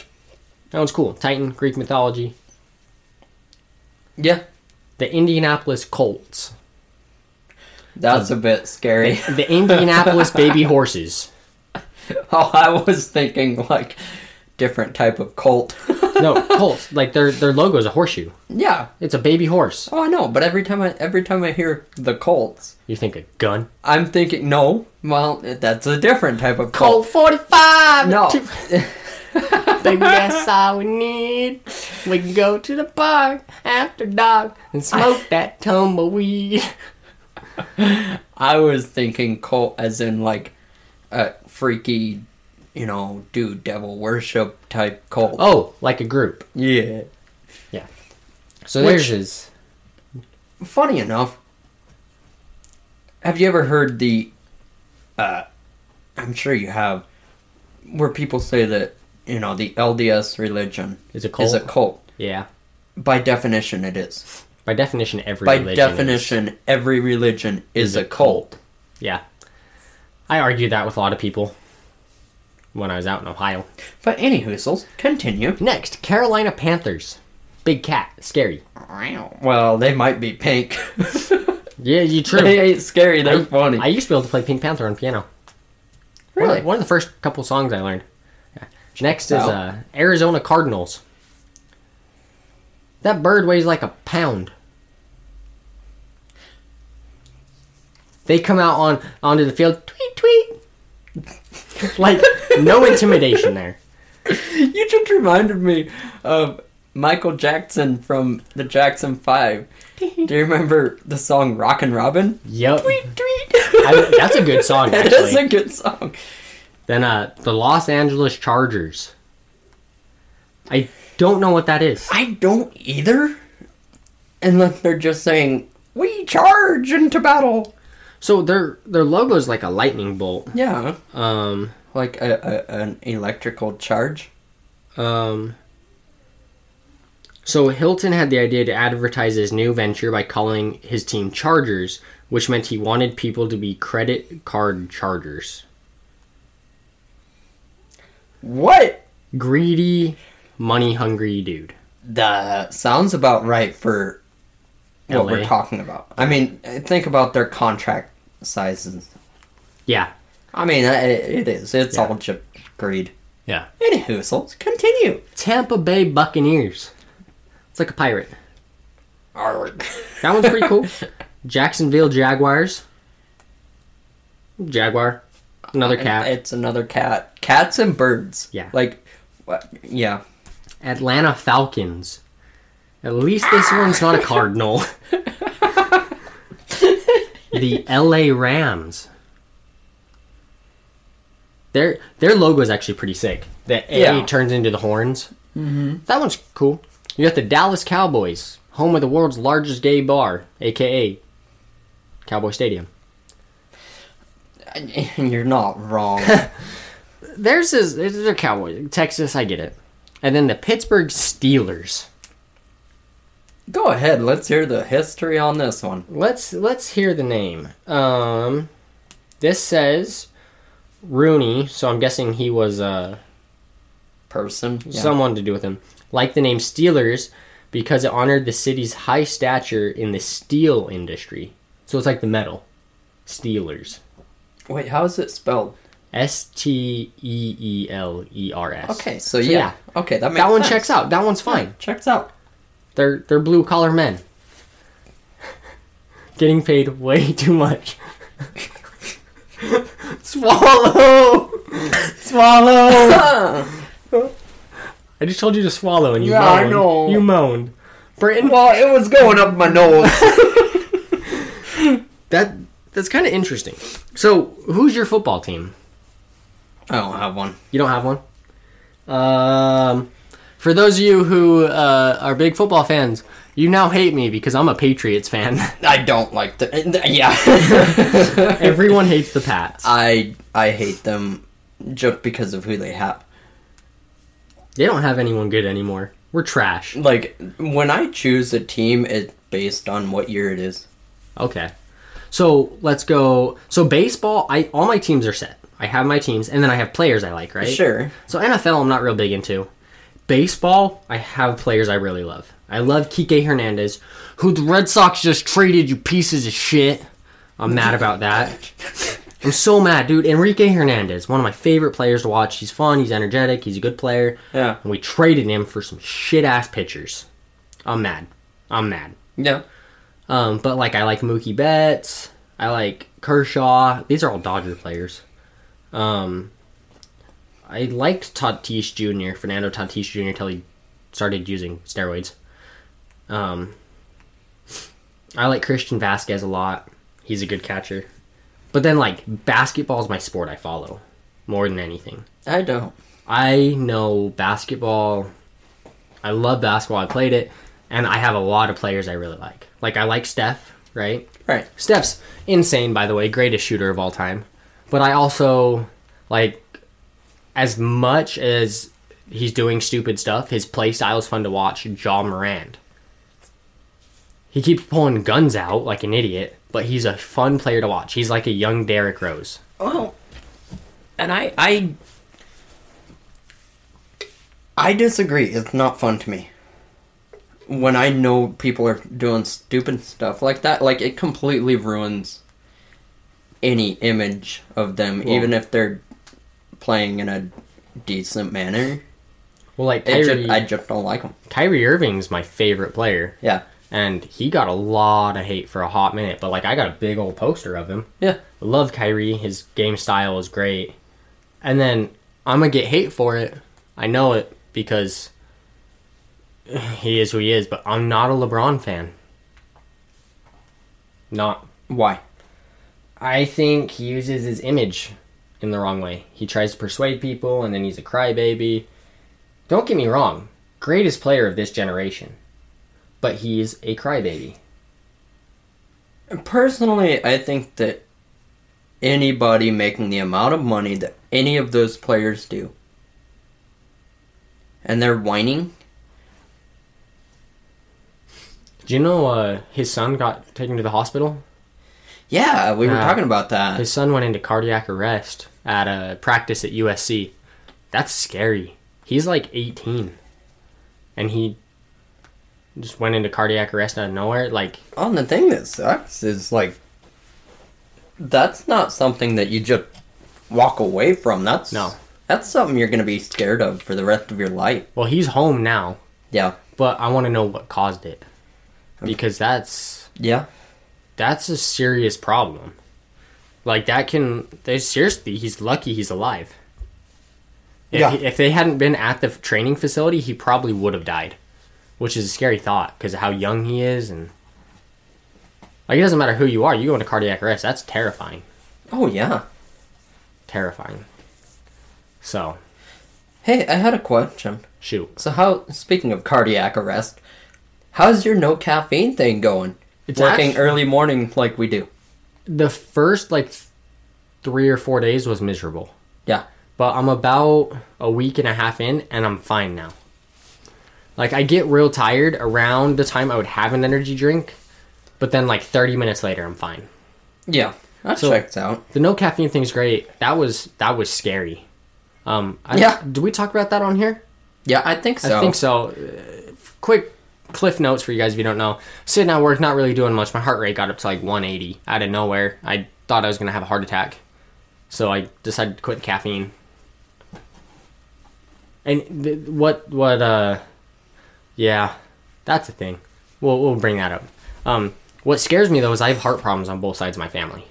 Speaker 1: That one's cool. Titan Greek mythology.
Speaker 2: yeah,
Speaker 1: The Indianapolis Colts.
Speaker 2: that's a bit scary.
Speaker 1: The Indianapolis Baby Horses.
Speaker 2: oh, I was thinking like different type of cult.
Speaker 1: No, Colts. Like their their logo is a horseshoe.
Speaker 2: yeah.
Speaker 1: It's a baby horse.
Speaker 2: Oh, I know, but every time I every time I hear the cults,
Speaker 1: You think a gun?
Speaker 2: I'm thinking no. Well, that's a different type of
Speaker 1: Colt
Speaker 2: cult.
Speaker 1: 45.
Speaker 2: No.
Speaker 1: Baby, that's all we need. We can go to the park after dark and smoke that tumbleweed.
Speaker 2: I was thinking cult as in like a freaky, you know, do devil worship type cult.
Speaker 1: Oh, like a group.
Speaker 2: yeah.
Speaker 1: So
Speaker 2: Which-
Speaker 1: there's his.
Speaker 2: Funny enough, have you ever heard the? Uh, I'm sure you have, where people say that you know the LDS religion
Speaker 1: Is a
Speaker 2: is a
Speaker 1: cult.
Speaker 2: cult.
Speaker 1: Yeah.
Speaker 2: By definition, it is.
Speaker 1: By definition, every
Speaker 2: By
Speaker 1: religion is-
Speaker 2: definition, every religion is, a cult.
Speaker 1: Yeah. I argued that with a lot of people when I was out in Ohio.
Speaker 2: But any hoozles, continue.
Speaker 1: Next, Carolina Panthers. Big cat, scary.
Speaker 2: Well, they might be pink.
Speaker 1: Yeah,
Speaker 3: They
Speaker 1: you true.
Speaker 3: ain't scary. They're funny.
Speaker 1: I used to be able to play Pink Panther on piano. One of the-
Speaker 2: really?
Speaker 1: One of the first couple songs I learned. Yeah. Next is
Speaker 2: out.
Speaker 1: uh, Arizona Cardinals. That bird weighs like a pound. They come out on onto the field, tweet tweet, like no intimidation there.
Speaker 3: You just reminded me of Michael Jackson from the Jackson Five. Do you remember the song "Rockin' Robin"?
Speaker 1: Yep,
Speaker 3: Tweet.
Speaker 1: I- that's a good song.
Speaker 3: It
Speaker 1: Actually,
Speaker 3: is a good song.
Speaker 1: then uh, the Los Angeles Chargers. I don't know what that is.
Speaker 2: I don't either. Unless they're just saying, we charge into battle.
Speaker 1: So their their logo is like a lightning bolt.
Speaker 2: Yeah.
Speaker 1: Um,
Speaker 2: Like a, a, an electrical charge.
Speaker 1: Um, so Hilton had the idea to advertise his new venture by calling his team Chargers, which meant he wanted people to be credit card chargers.
Speaker 2: What?
Speaker 1: Greedy, money hungry dude.
Speaker 2: That sounds about right for what
Speaker 1: LA.
Speaker 2: we're talking about. I mean, think about their contract sizes.
Speaker 1: Yeah,
Speaker 2: I mean, uh, it, it is. It's
Speaker 1: Yeah.
Speaker 2: all just greed.
Speaker 1: yeah.
Speaker 2: Anywho, so let's continue.
Speaker 1: Tampa Bay Buccaneers. It's like a pirate.
Speaker 2: Arg.
Speaker 1: That one's pretty cool. Jacksonville Jaguars. Jaguar. Another cat.
Speaker 2: It's another cat. Cats and birds.
Speaker 1: Yeah.
Speaker 2: Like, what? yeah.
Speaker 1: Atlanta Falcons. At least this one's not a Cardinal. the LA Rams. Their their logo is actually pretty sick. The A
Speaker 2: Yeah.
Speaker 1: turns into the horns. Mm-hmm. That one's cool. You got the Dallas Cowboys, home of the world's largest gay bar, aka Cowboy Stadium.
Speaker 2: You're not wrong.
Speaker 1: Theirs is they're Cowboys. Texas, I get it. And then the Pittsburgh Steelers.
Speaker 2: Go ahead. Let's hear the history on this one.
Speaker 1: Let's let's hear the name. Um, this says Rooney, so I'm guessing he was uh,
Speaker 2: Person. Yeah.
Speaker 1: someone to do with him. Like the name Steelers because it honored the city's high stature in the steel industry. So it's like the metal. Steelers.
Speaker 2: Wait, how is it spelled?
Speaker 1: S T E E L E R S.
Speaker 2: Okay, so, yeah. Okay, that makes
Speaker 1: That one
Speaker 2: sense.
Speaker 1: checks out. That one's fine.
Speaker 2: Checks out.
Speaker 1: They're they're blue collar men. Getting paid way too much. swallow, swallow. I just told you to swallow, and you
Speaker 2: Yeah, I
Speaker 1: moaned.
Speaker 2: know.
Speaker 1: You moaned, Britain.
Speaker 2: well, it was going up my nose.
Speaker 1: That that's kind of interesting. So, who's your football team?
Speaker 2: I don't have one.
Speaker 1: You don't have one. Um, for those of you who uh, are big football fans, you now hate me because I'm a Patriots fan.
Speaker 2: I don't like the. Yeah.
Speaker 1: Everyone hates the Pats.
Speaker 2: I I hate them just because of who they have.
Speaker 1: They don't have anyone good anymore. We're trash.
Speaker 2: Like when I choose a team, it's based on what year it is.
Speaker 1: Okay. So let's go. So baseball, I all my teams are set. I have my teams, and then I have players I like, right?
Speaker 2: Sure.
Speaker 1: So NFL, I'm not real big into. Baseball, I have players I really love. I love Kike Hernandez, who the Red Sox just traded. You pieces of shit. I'm mad about that. I'm so mad, dude. Enrique Hernandez, one of my favorite players to watch. He's fun. He's energetic. He's a good player.
Speaker 2: Yeah.
Speaker 1: And we traded him for some shit ass pitchers. I'm mad. I'm mad.
Speaker 2: Yeah.
Speaker 1: Um, but like I like Mookie Betts, I like Kershaw. These are all Dodger players. Um, I liked Tatis Jr. Fernando Tatis Jr. till he started using steroids. Um, I like Christian Vasquez a lot. He's a good catcher. But then like basketball is my sport I follow more than anything.
Speaker 2: I don't.
Speaker 1: I know basketball. I love basketball. I played it, and I have a lot of players I really like. Like I like Steph, right?
Speaker 2: Right.
Speaker 1: Steph's insane, by the way, greatest shooter of all time. But I also like as much as he's doing stupid stuff. His play style is fun to watch. Jaw Morant. He keeps pulling guns out like an idiot, but he's a fun player to watch. He's like a young Derrick Rose.
Speaker 2: Well, Oh. and I, I, I disagree. It's not fun to me when I know people are doing stupid stuff like that. Like it completely ruins any image of them,
Speaker 1: Well-
Speaker 2: even if they're playing in a decent manner.
Speaker 1: Well, like
Speaker 2: It
Speaker 1: Kyrie,
Speaker 2: just, I just don't like them.
Speaker 1: Kyrie Irving's my favorite player,
Speaker 2: Yeah,
Speaker 1: and he got a lot of hate for a hot minute. But like, I got a big old poster of him.
Speaker 2: yeah.
Speaker 1: Love Kyrie. His game style is great. And then I'm gonna get hate for it. I know it because he is who he is. But I'm not a LeBron fan. Not.
Speaker 2: Why?
Speaker 1: I think he uses his image in the wrong way. He tries to persuade people, and then he's a crybaby. Don't get me wrong, greatest player of this generation, but he's a crybaby.
Speaker 2: Personally, I think that anybody making the amount of money that any of those players do, and they're whining.
Speaker 1: Do you know uh, his son got taken to the hospital?
Speaker 2: Yeah, we were
Speaker 1: Yeah.
Speaker 2: talking about that.
Speaker 1: His son went into cardiac arrest at a practice at USC. That's scary. He's like 18, and he just went into cardiac arrest out of nowhere. Like,
Speaker 2: On Oh, the thing that sucks is like, that's not something that you just walk away from. That's
Speaker 1: No.
Speaker 2: That's something you're gonna be scared of for the rest of your life.
Speaker 1: well, he's home now,
Speaker 2: Yeah,
Speaker 1: but I want to know what caused it because that's
Speaker 2: yeah.
Speaker 1: that's a serious problem. Like that can they seriously he's lucky he's alive. If,
Speaker 2: Yeah.
Speaker 1: if they hadn't been at the training facility, he probably would have died, which is a scary thought because of how young he is and like it doesn't matter who you are, you go into cardiac arrest. That's terrifying,
Speaker 2: Oh yeah.
Speaker 1: terrifying. So
Speaker 2: Hey, I had a question.
Speaker 1: shoot,
Speaker 2: So how? Speaking of cardiac arrest, how's your no caffeine thing going?
Speaker 1: It's
Speaker 2: working
Speaker 1: actu-
Speaker 2: early morning like we do.
Speaker 1: the first like three or four days was miserable.
Speaker 2: Yeah.
Speaker 1: but I'm about a week and a half in and I'm fine now. Like I get real tired around the time I would have an energy drink, but then like 30 minutes later I'm fine.
Speaker 2: Yeah. That
Speaker 1: So-
Speaker 2: checks out.
Speaker 1: The no caffeine thing's great. That was that was scary. Um I,
Speaker 2: Yeah.
Speaker 1: did we talk about that on here?
Speaker 2: Yeah, I think so.
Speaker 1: I think so. Uh, quick cliff notes for you guys if you don't know. Sitting at work, not really doing much. My heart rate got up to like 180 out of nowhere. I thought I was going to have a heart attack. So I decided to quit caffeine. And th- what, what, uh, yeah, that's a thing. We'll, we'll bring that up. Um, what scares me though is I have heart problems on both sides of my family.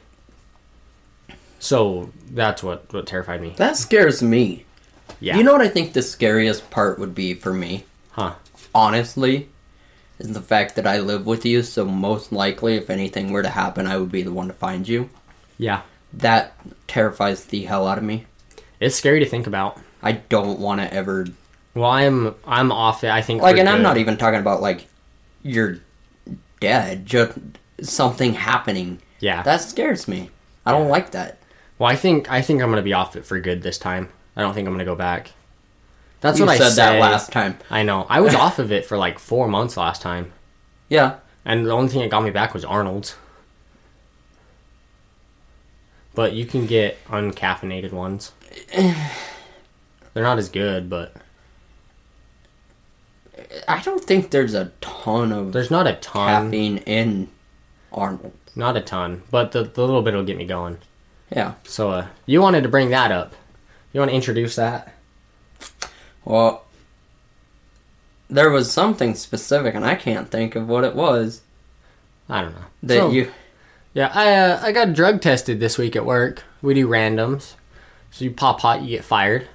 Speaker 1: So that's what, what terrified me.
Speaker 2: That scares me.
Speaker 1: Yeah.
Speaker 2: You know what I think the scariest part would be for me,
Speaker 1: huh?
Speaker 2: honestly, is the fact that I live with you, so most likely if anything were to happen, I would be the one to find you.
Speaker 1: Yeah.
Speaker 2: That terrifies the hell out of me.
Speaker 1: It's scary to think about.
Speaker 2: I don't want to ever
Speaker 1: Well, I'm I'm off it. I think
Speaker 2: like
Speaker 1: for
Speaker 2: and i'm
Speaker 1: good.
Speaker 2: not e- even talking about like you're dead just something happening
Speaker 1: Yeah.
Speaker 2: that scares me i don't like that
Speaker 1: well, I think I think I'm gonna be off it for good this time. I don't think I'm gonna go back. That's
Speaker 2: you
Speaker 1: what
Speaker 2: said
Speaker 1: I
Speaker 2: that
Speaker 1: say.
Speaker 2: last time
Speaker 1: I know. I was off of it for like four months last time,
Speaker 2: yeah
Speaker 1: and the only thing that got me back was Arnold's. But you can get uncaffeinated ones. They're not as good, but
Speaker 2: i don't think there's a ton of
Speaker 1: there's not a ton.
Speaker 2: caffeine in arnold
Speaker 1: Not a ton, but the, the little bit will get me going.
Speaker 2: yeah
Speaker 1: So uh, you wanted to bring that up. You want to introduce that?
Speaker 2: well there was something specific and i can't think of what it was
Speaker 1: I don't know.
Speaker 2: that
Speaker 1: So-
Speaker 2: you
Speaker 1: Yeah, I uh, I got drug tested this week at work. We do randoms, so you pop hot, you get fired.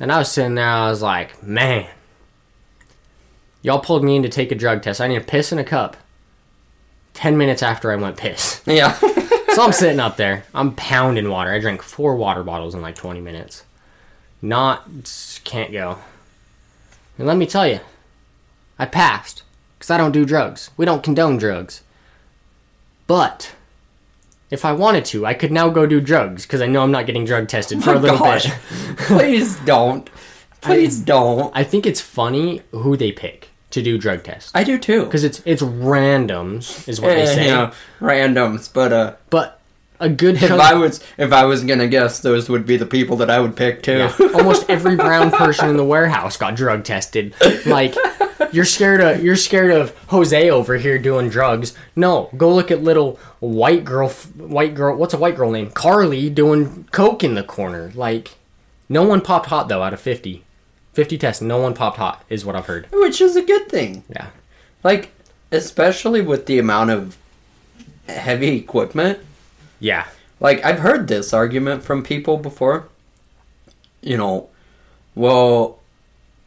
Speaker 1: And I was sitting there, I was like, man, y'all pulled me in to take a drug test. I need to piss in a cup. Ten minutes after I went piss,
Speaker 2: yeah
Speaker 1: so I'm sitting up there. I'm pounding water. I drank four water bottles in like 20 minutes. Not can't go. And let me tell you, I passed because I don't do drugs. We don't condone drugs. But if I wanted to, I could now go do drugs because I know I'm not getting drug tested for
Speaker 2: Oh My
Speaker 1: a little
Speaker 2: gosh.
Speaker 1: bit.
Speaker 2: please don't please don't
Speaker 1: I think it's funny who they pick to do drug tests
Speaker 2: i do too Eh,
Speaker 1: because it's it's randoms is what they say.
Speaker 2: randoms but uh
Speaker 1: But a good
Speaker 2: If
Speaker 1: chunk-
Speaker 2: I was if I was gonna guess, those would be the people that I would pick too.
Speaker 1: Yeah. Almost every brown person in the warehouse got drug tested. Like you're scared of you're scared of Jose over here doing drugs. No, go look at little white girl white girl what's a white girl name? Carly doing coke in the corner. Like no one popped hot though out of 50. 50 tests, no one popped hot is what I've heard.
Speaker 2: Which is a good thing.
Speaker 1: Yeah.
Speaker 2: Like, especially with the amount of heavy equipment.
Speaker 1: Yeah.
Speaker 2: Like, I've heard this argument from people before. You know, well,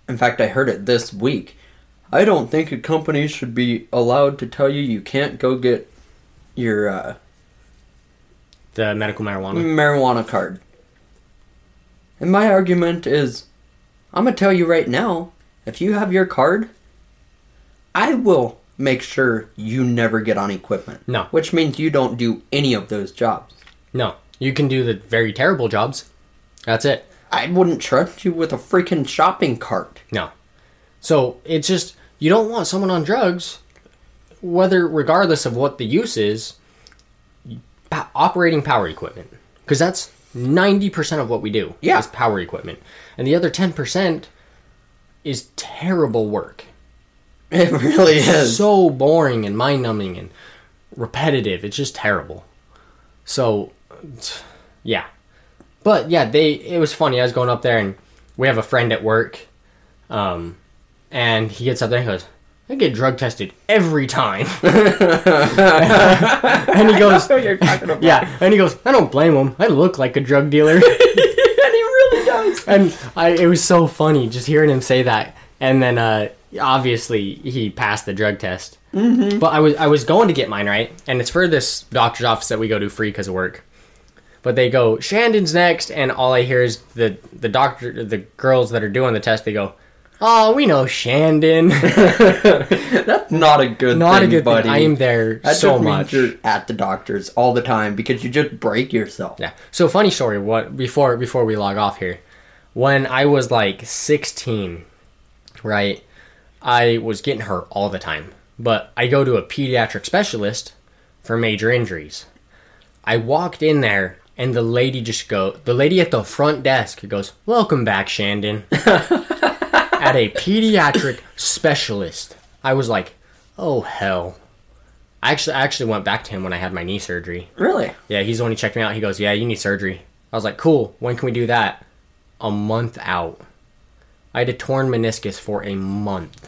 Speaker 2: in fact, I heard it this week. I don't think a company should be allowed to tell you you can't go get your uh,
Speaker 1: The medical
Speaker 2: Mm.
Speaker 1: marijuana.
Speaker 2: marijuana card. And my argument is I'm going to tell you right now if you have your card, I will make sure you never get on equipment.
Speaker 1: No.
Speaker 2: Which means you don't do any of those jobs.
Speaker 1: No. You can do the very terrible jobs. That's it.
Speaker 2: I wouldn't trust you with a freaking shopping cart.
Speaker 1: No. So it's just you don't want someone on drugs, whether regardless of what the use is, po- operating power equipment because that's ninety percent of what we do.
Speaker 2: Yeah.
Speaker 1: is power equipment, and the other ten percent is terrible work.
Speaker 2: It really is.
Speaker 1: So boring and mind numbing and repetitive. It's just terrible. So, t- yeah. But yeah, they. It was funny. I was going up there, and we have a friend at work, um, and he gets up there and he goes, "I get drug tested every time." and he goes,
Speaker 2: you're talking about.
Speaker 1: "Yeah," and he goes, "I don't blame him. I look like a drug dealer."
Speaker 2: and he really does.
Speaker 1: and I, it was so funny just hearing him say that. And then uh, obviously he passed the drug test. Mm-hmm. But I was I was going to get mine right, and it's for this doctor's office that we go to free because of work. But they go Shandon's next, and all I hear is the the doctor the girls that are doing the test. They go, "Oh, we know Shandon."
Speaker 2: That's not a good
Speaker 1: Not
Speaker 2: thing,
Speaker 1: a good
Speaker 2: buddy.
Speaker 1: thing. I am there
Speaker 2: That
Speaker 1: so
Speaker 2: just means
Speaker 1: much.
Speaker 2: you're at the doctor's all the time because you just break yourself.
Speaker 1: Yeah. So funny story. What before before we log off here, when I was like 16, right, I was getting hurt all the time. But I go to a pediatric specialist for major injuries. I walked in there and the lady just go the lady at the front desk goes, "Welcome back, Shandon." at a pediatric specialist. I was like, "Oh hell." I actually I actually went back to him when I had my knee surgery.
Speaker 2: Really?
Speaker 1: Yeah, he's the one who checked me out. He goes, Yeah, you need surgery. I was like, Cool, when can we do that? A month out. I had a torn meniscus for a month.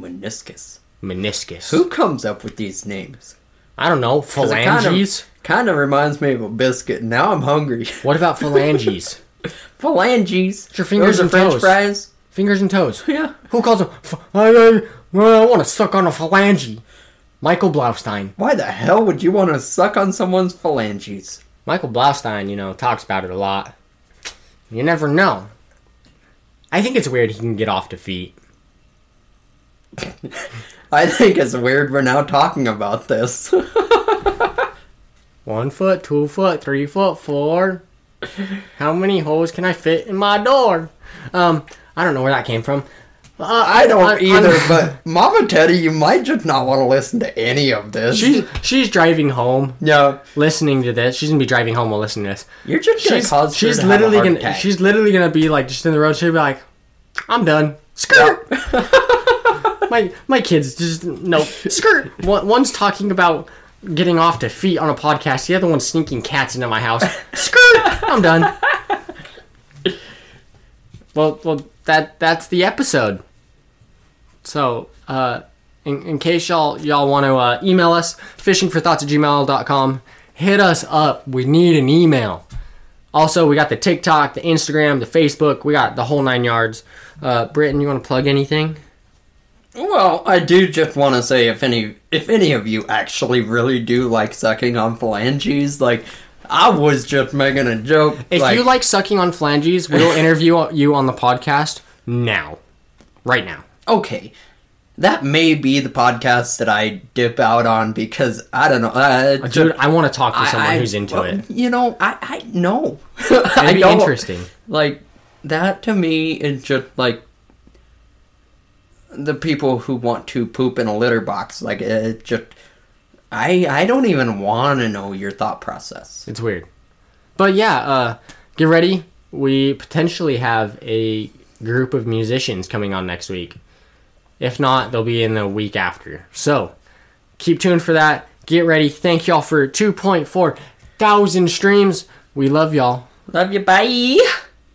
Speaker 2: Meniscus.
Speaker 1: Meniscus.
Speaker 2: Who comes up with these names?
Speaker 1: I don't know.
Speaker 2: 'Cause it kind of-
Speaker 1: Phalanges?
Speaker 2: Kind of reminds me of a biscuit. Now I'm hungry.
Speaker 1: What about phalanges?
Speaker 2: Phalanges.
Speaker 1: your fingers
Speaker 2: Those are
Speaker 1: and
Speaker 2: French
Speaker 1: toes.
Speaker 2: fries.
Speaker 1: Fingers and toes.
Speaker 2: Yeah.
Speaker 1: Who calls them? ph- I, I, I want to suck on a phalange. Michael Blaustein.
Speaker 2: Why the hell would you want to suck on someone's phalanges?
Speaker 1: Michael Blaustein, you know, talks about it a lot. You never know. I think it's weird he can get off defeat.
Speaker 2: I think it's weird we're now talking about this.
Speaker 1: One foot, two foot, three foot, four. How many holes can I fit in my door? Um, I don't know where that came from. Uh,
Speaker 2: I don't
Speaker 1: I'm-
Speaker 2: either,
Speaker 1: I'm-
Speaker 2: but Mama Teddy, you might just not want to listen to any of this.
Speaker 1: she's she's driving home,
Speaker 2: no,
Speaker 1: listening to this. She's gonna be driving home while listening to this.
Speaker 2: you're just gonna
Speaker 1: She's
Speaker 2: cause her
Speaker 1: she's
Speaker 2: to have a
Speaker 1: literally
Speaker 2: heart
Speaker 1: gonna
Speaker 2: attack.
Speaker 1: she's literally gonna be like just in the road. She'll be like, "I'm done." Skirt. my my kids just no skirt. One, one's talking about getting off to feet on a podcast. The other one's sneaking cats into my house. Skirt. I'm done. Well, well, that that's the episode. So, uh, in, in case y'all y'all want to uh, email us, fishingforthoughts at gmail.com, hit us up. We need an email. Also, we got the TikTok, the Instagram, the Facebook. We got the whole nine yards. Uh, Britton, you want to plug anything?
Speaker 2: Well, I do just want to say if any if any of you actually really do like sucking on phalanges, like I was just making a joke.
Speaker 1: If you like sucking on phalanges, we'll interview you on the podcast now, right now.
Speaker 2: okay, that may be the podcast that I dip out on because I don't know. Uh,
Speaker 1: Dude, I want to talk to
Speaker 2: I-
Speaker 1: someone
Speaker 2: I-
Speaker 1: who's into
Speaker 2: well,
Speaker 1: it.
Speaker 2: You know, I I know.
Speaker 1: It'd
Speaker 2: I
Speaker 1: be
Speaker 2: don't-
Speaker 1: interesting.
Speaker 2: Like that to me is just like the people who want to poop in a litter box. Like it uh, just I I don't even want to know your thought process.
Speaker 1: It's weird. But yeah, uh, get ready. We potentially have a group of musicians coming on next week. If not, they'll be in the week after. So keep tuned for that. Get ready. Thank y'all for 2.4 thousand streams. We love y'all.
Speaker 2: Love you. Bye.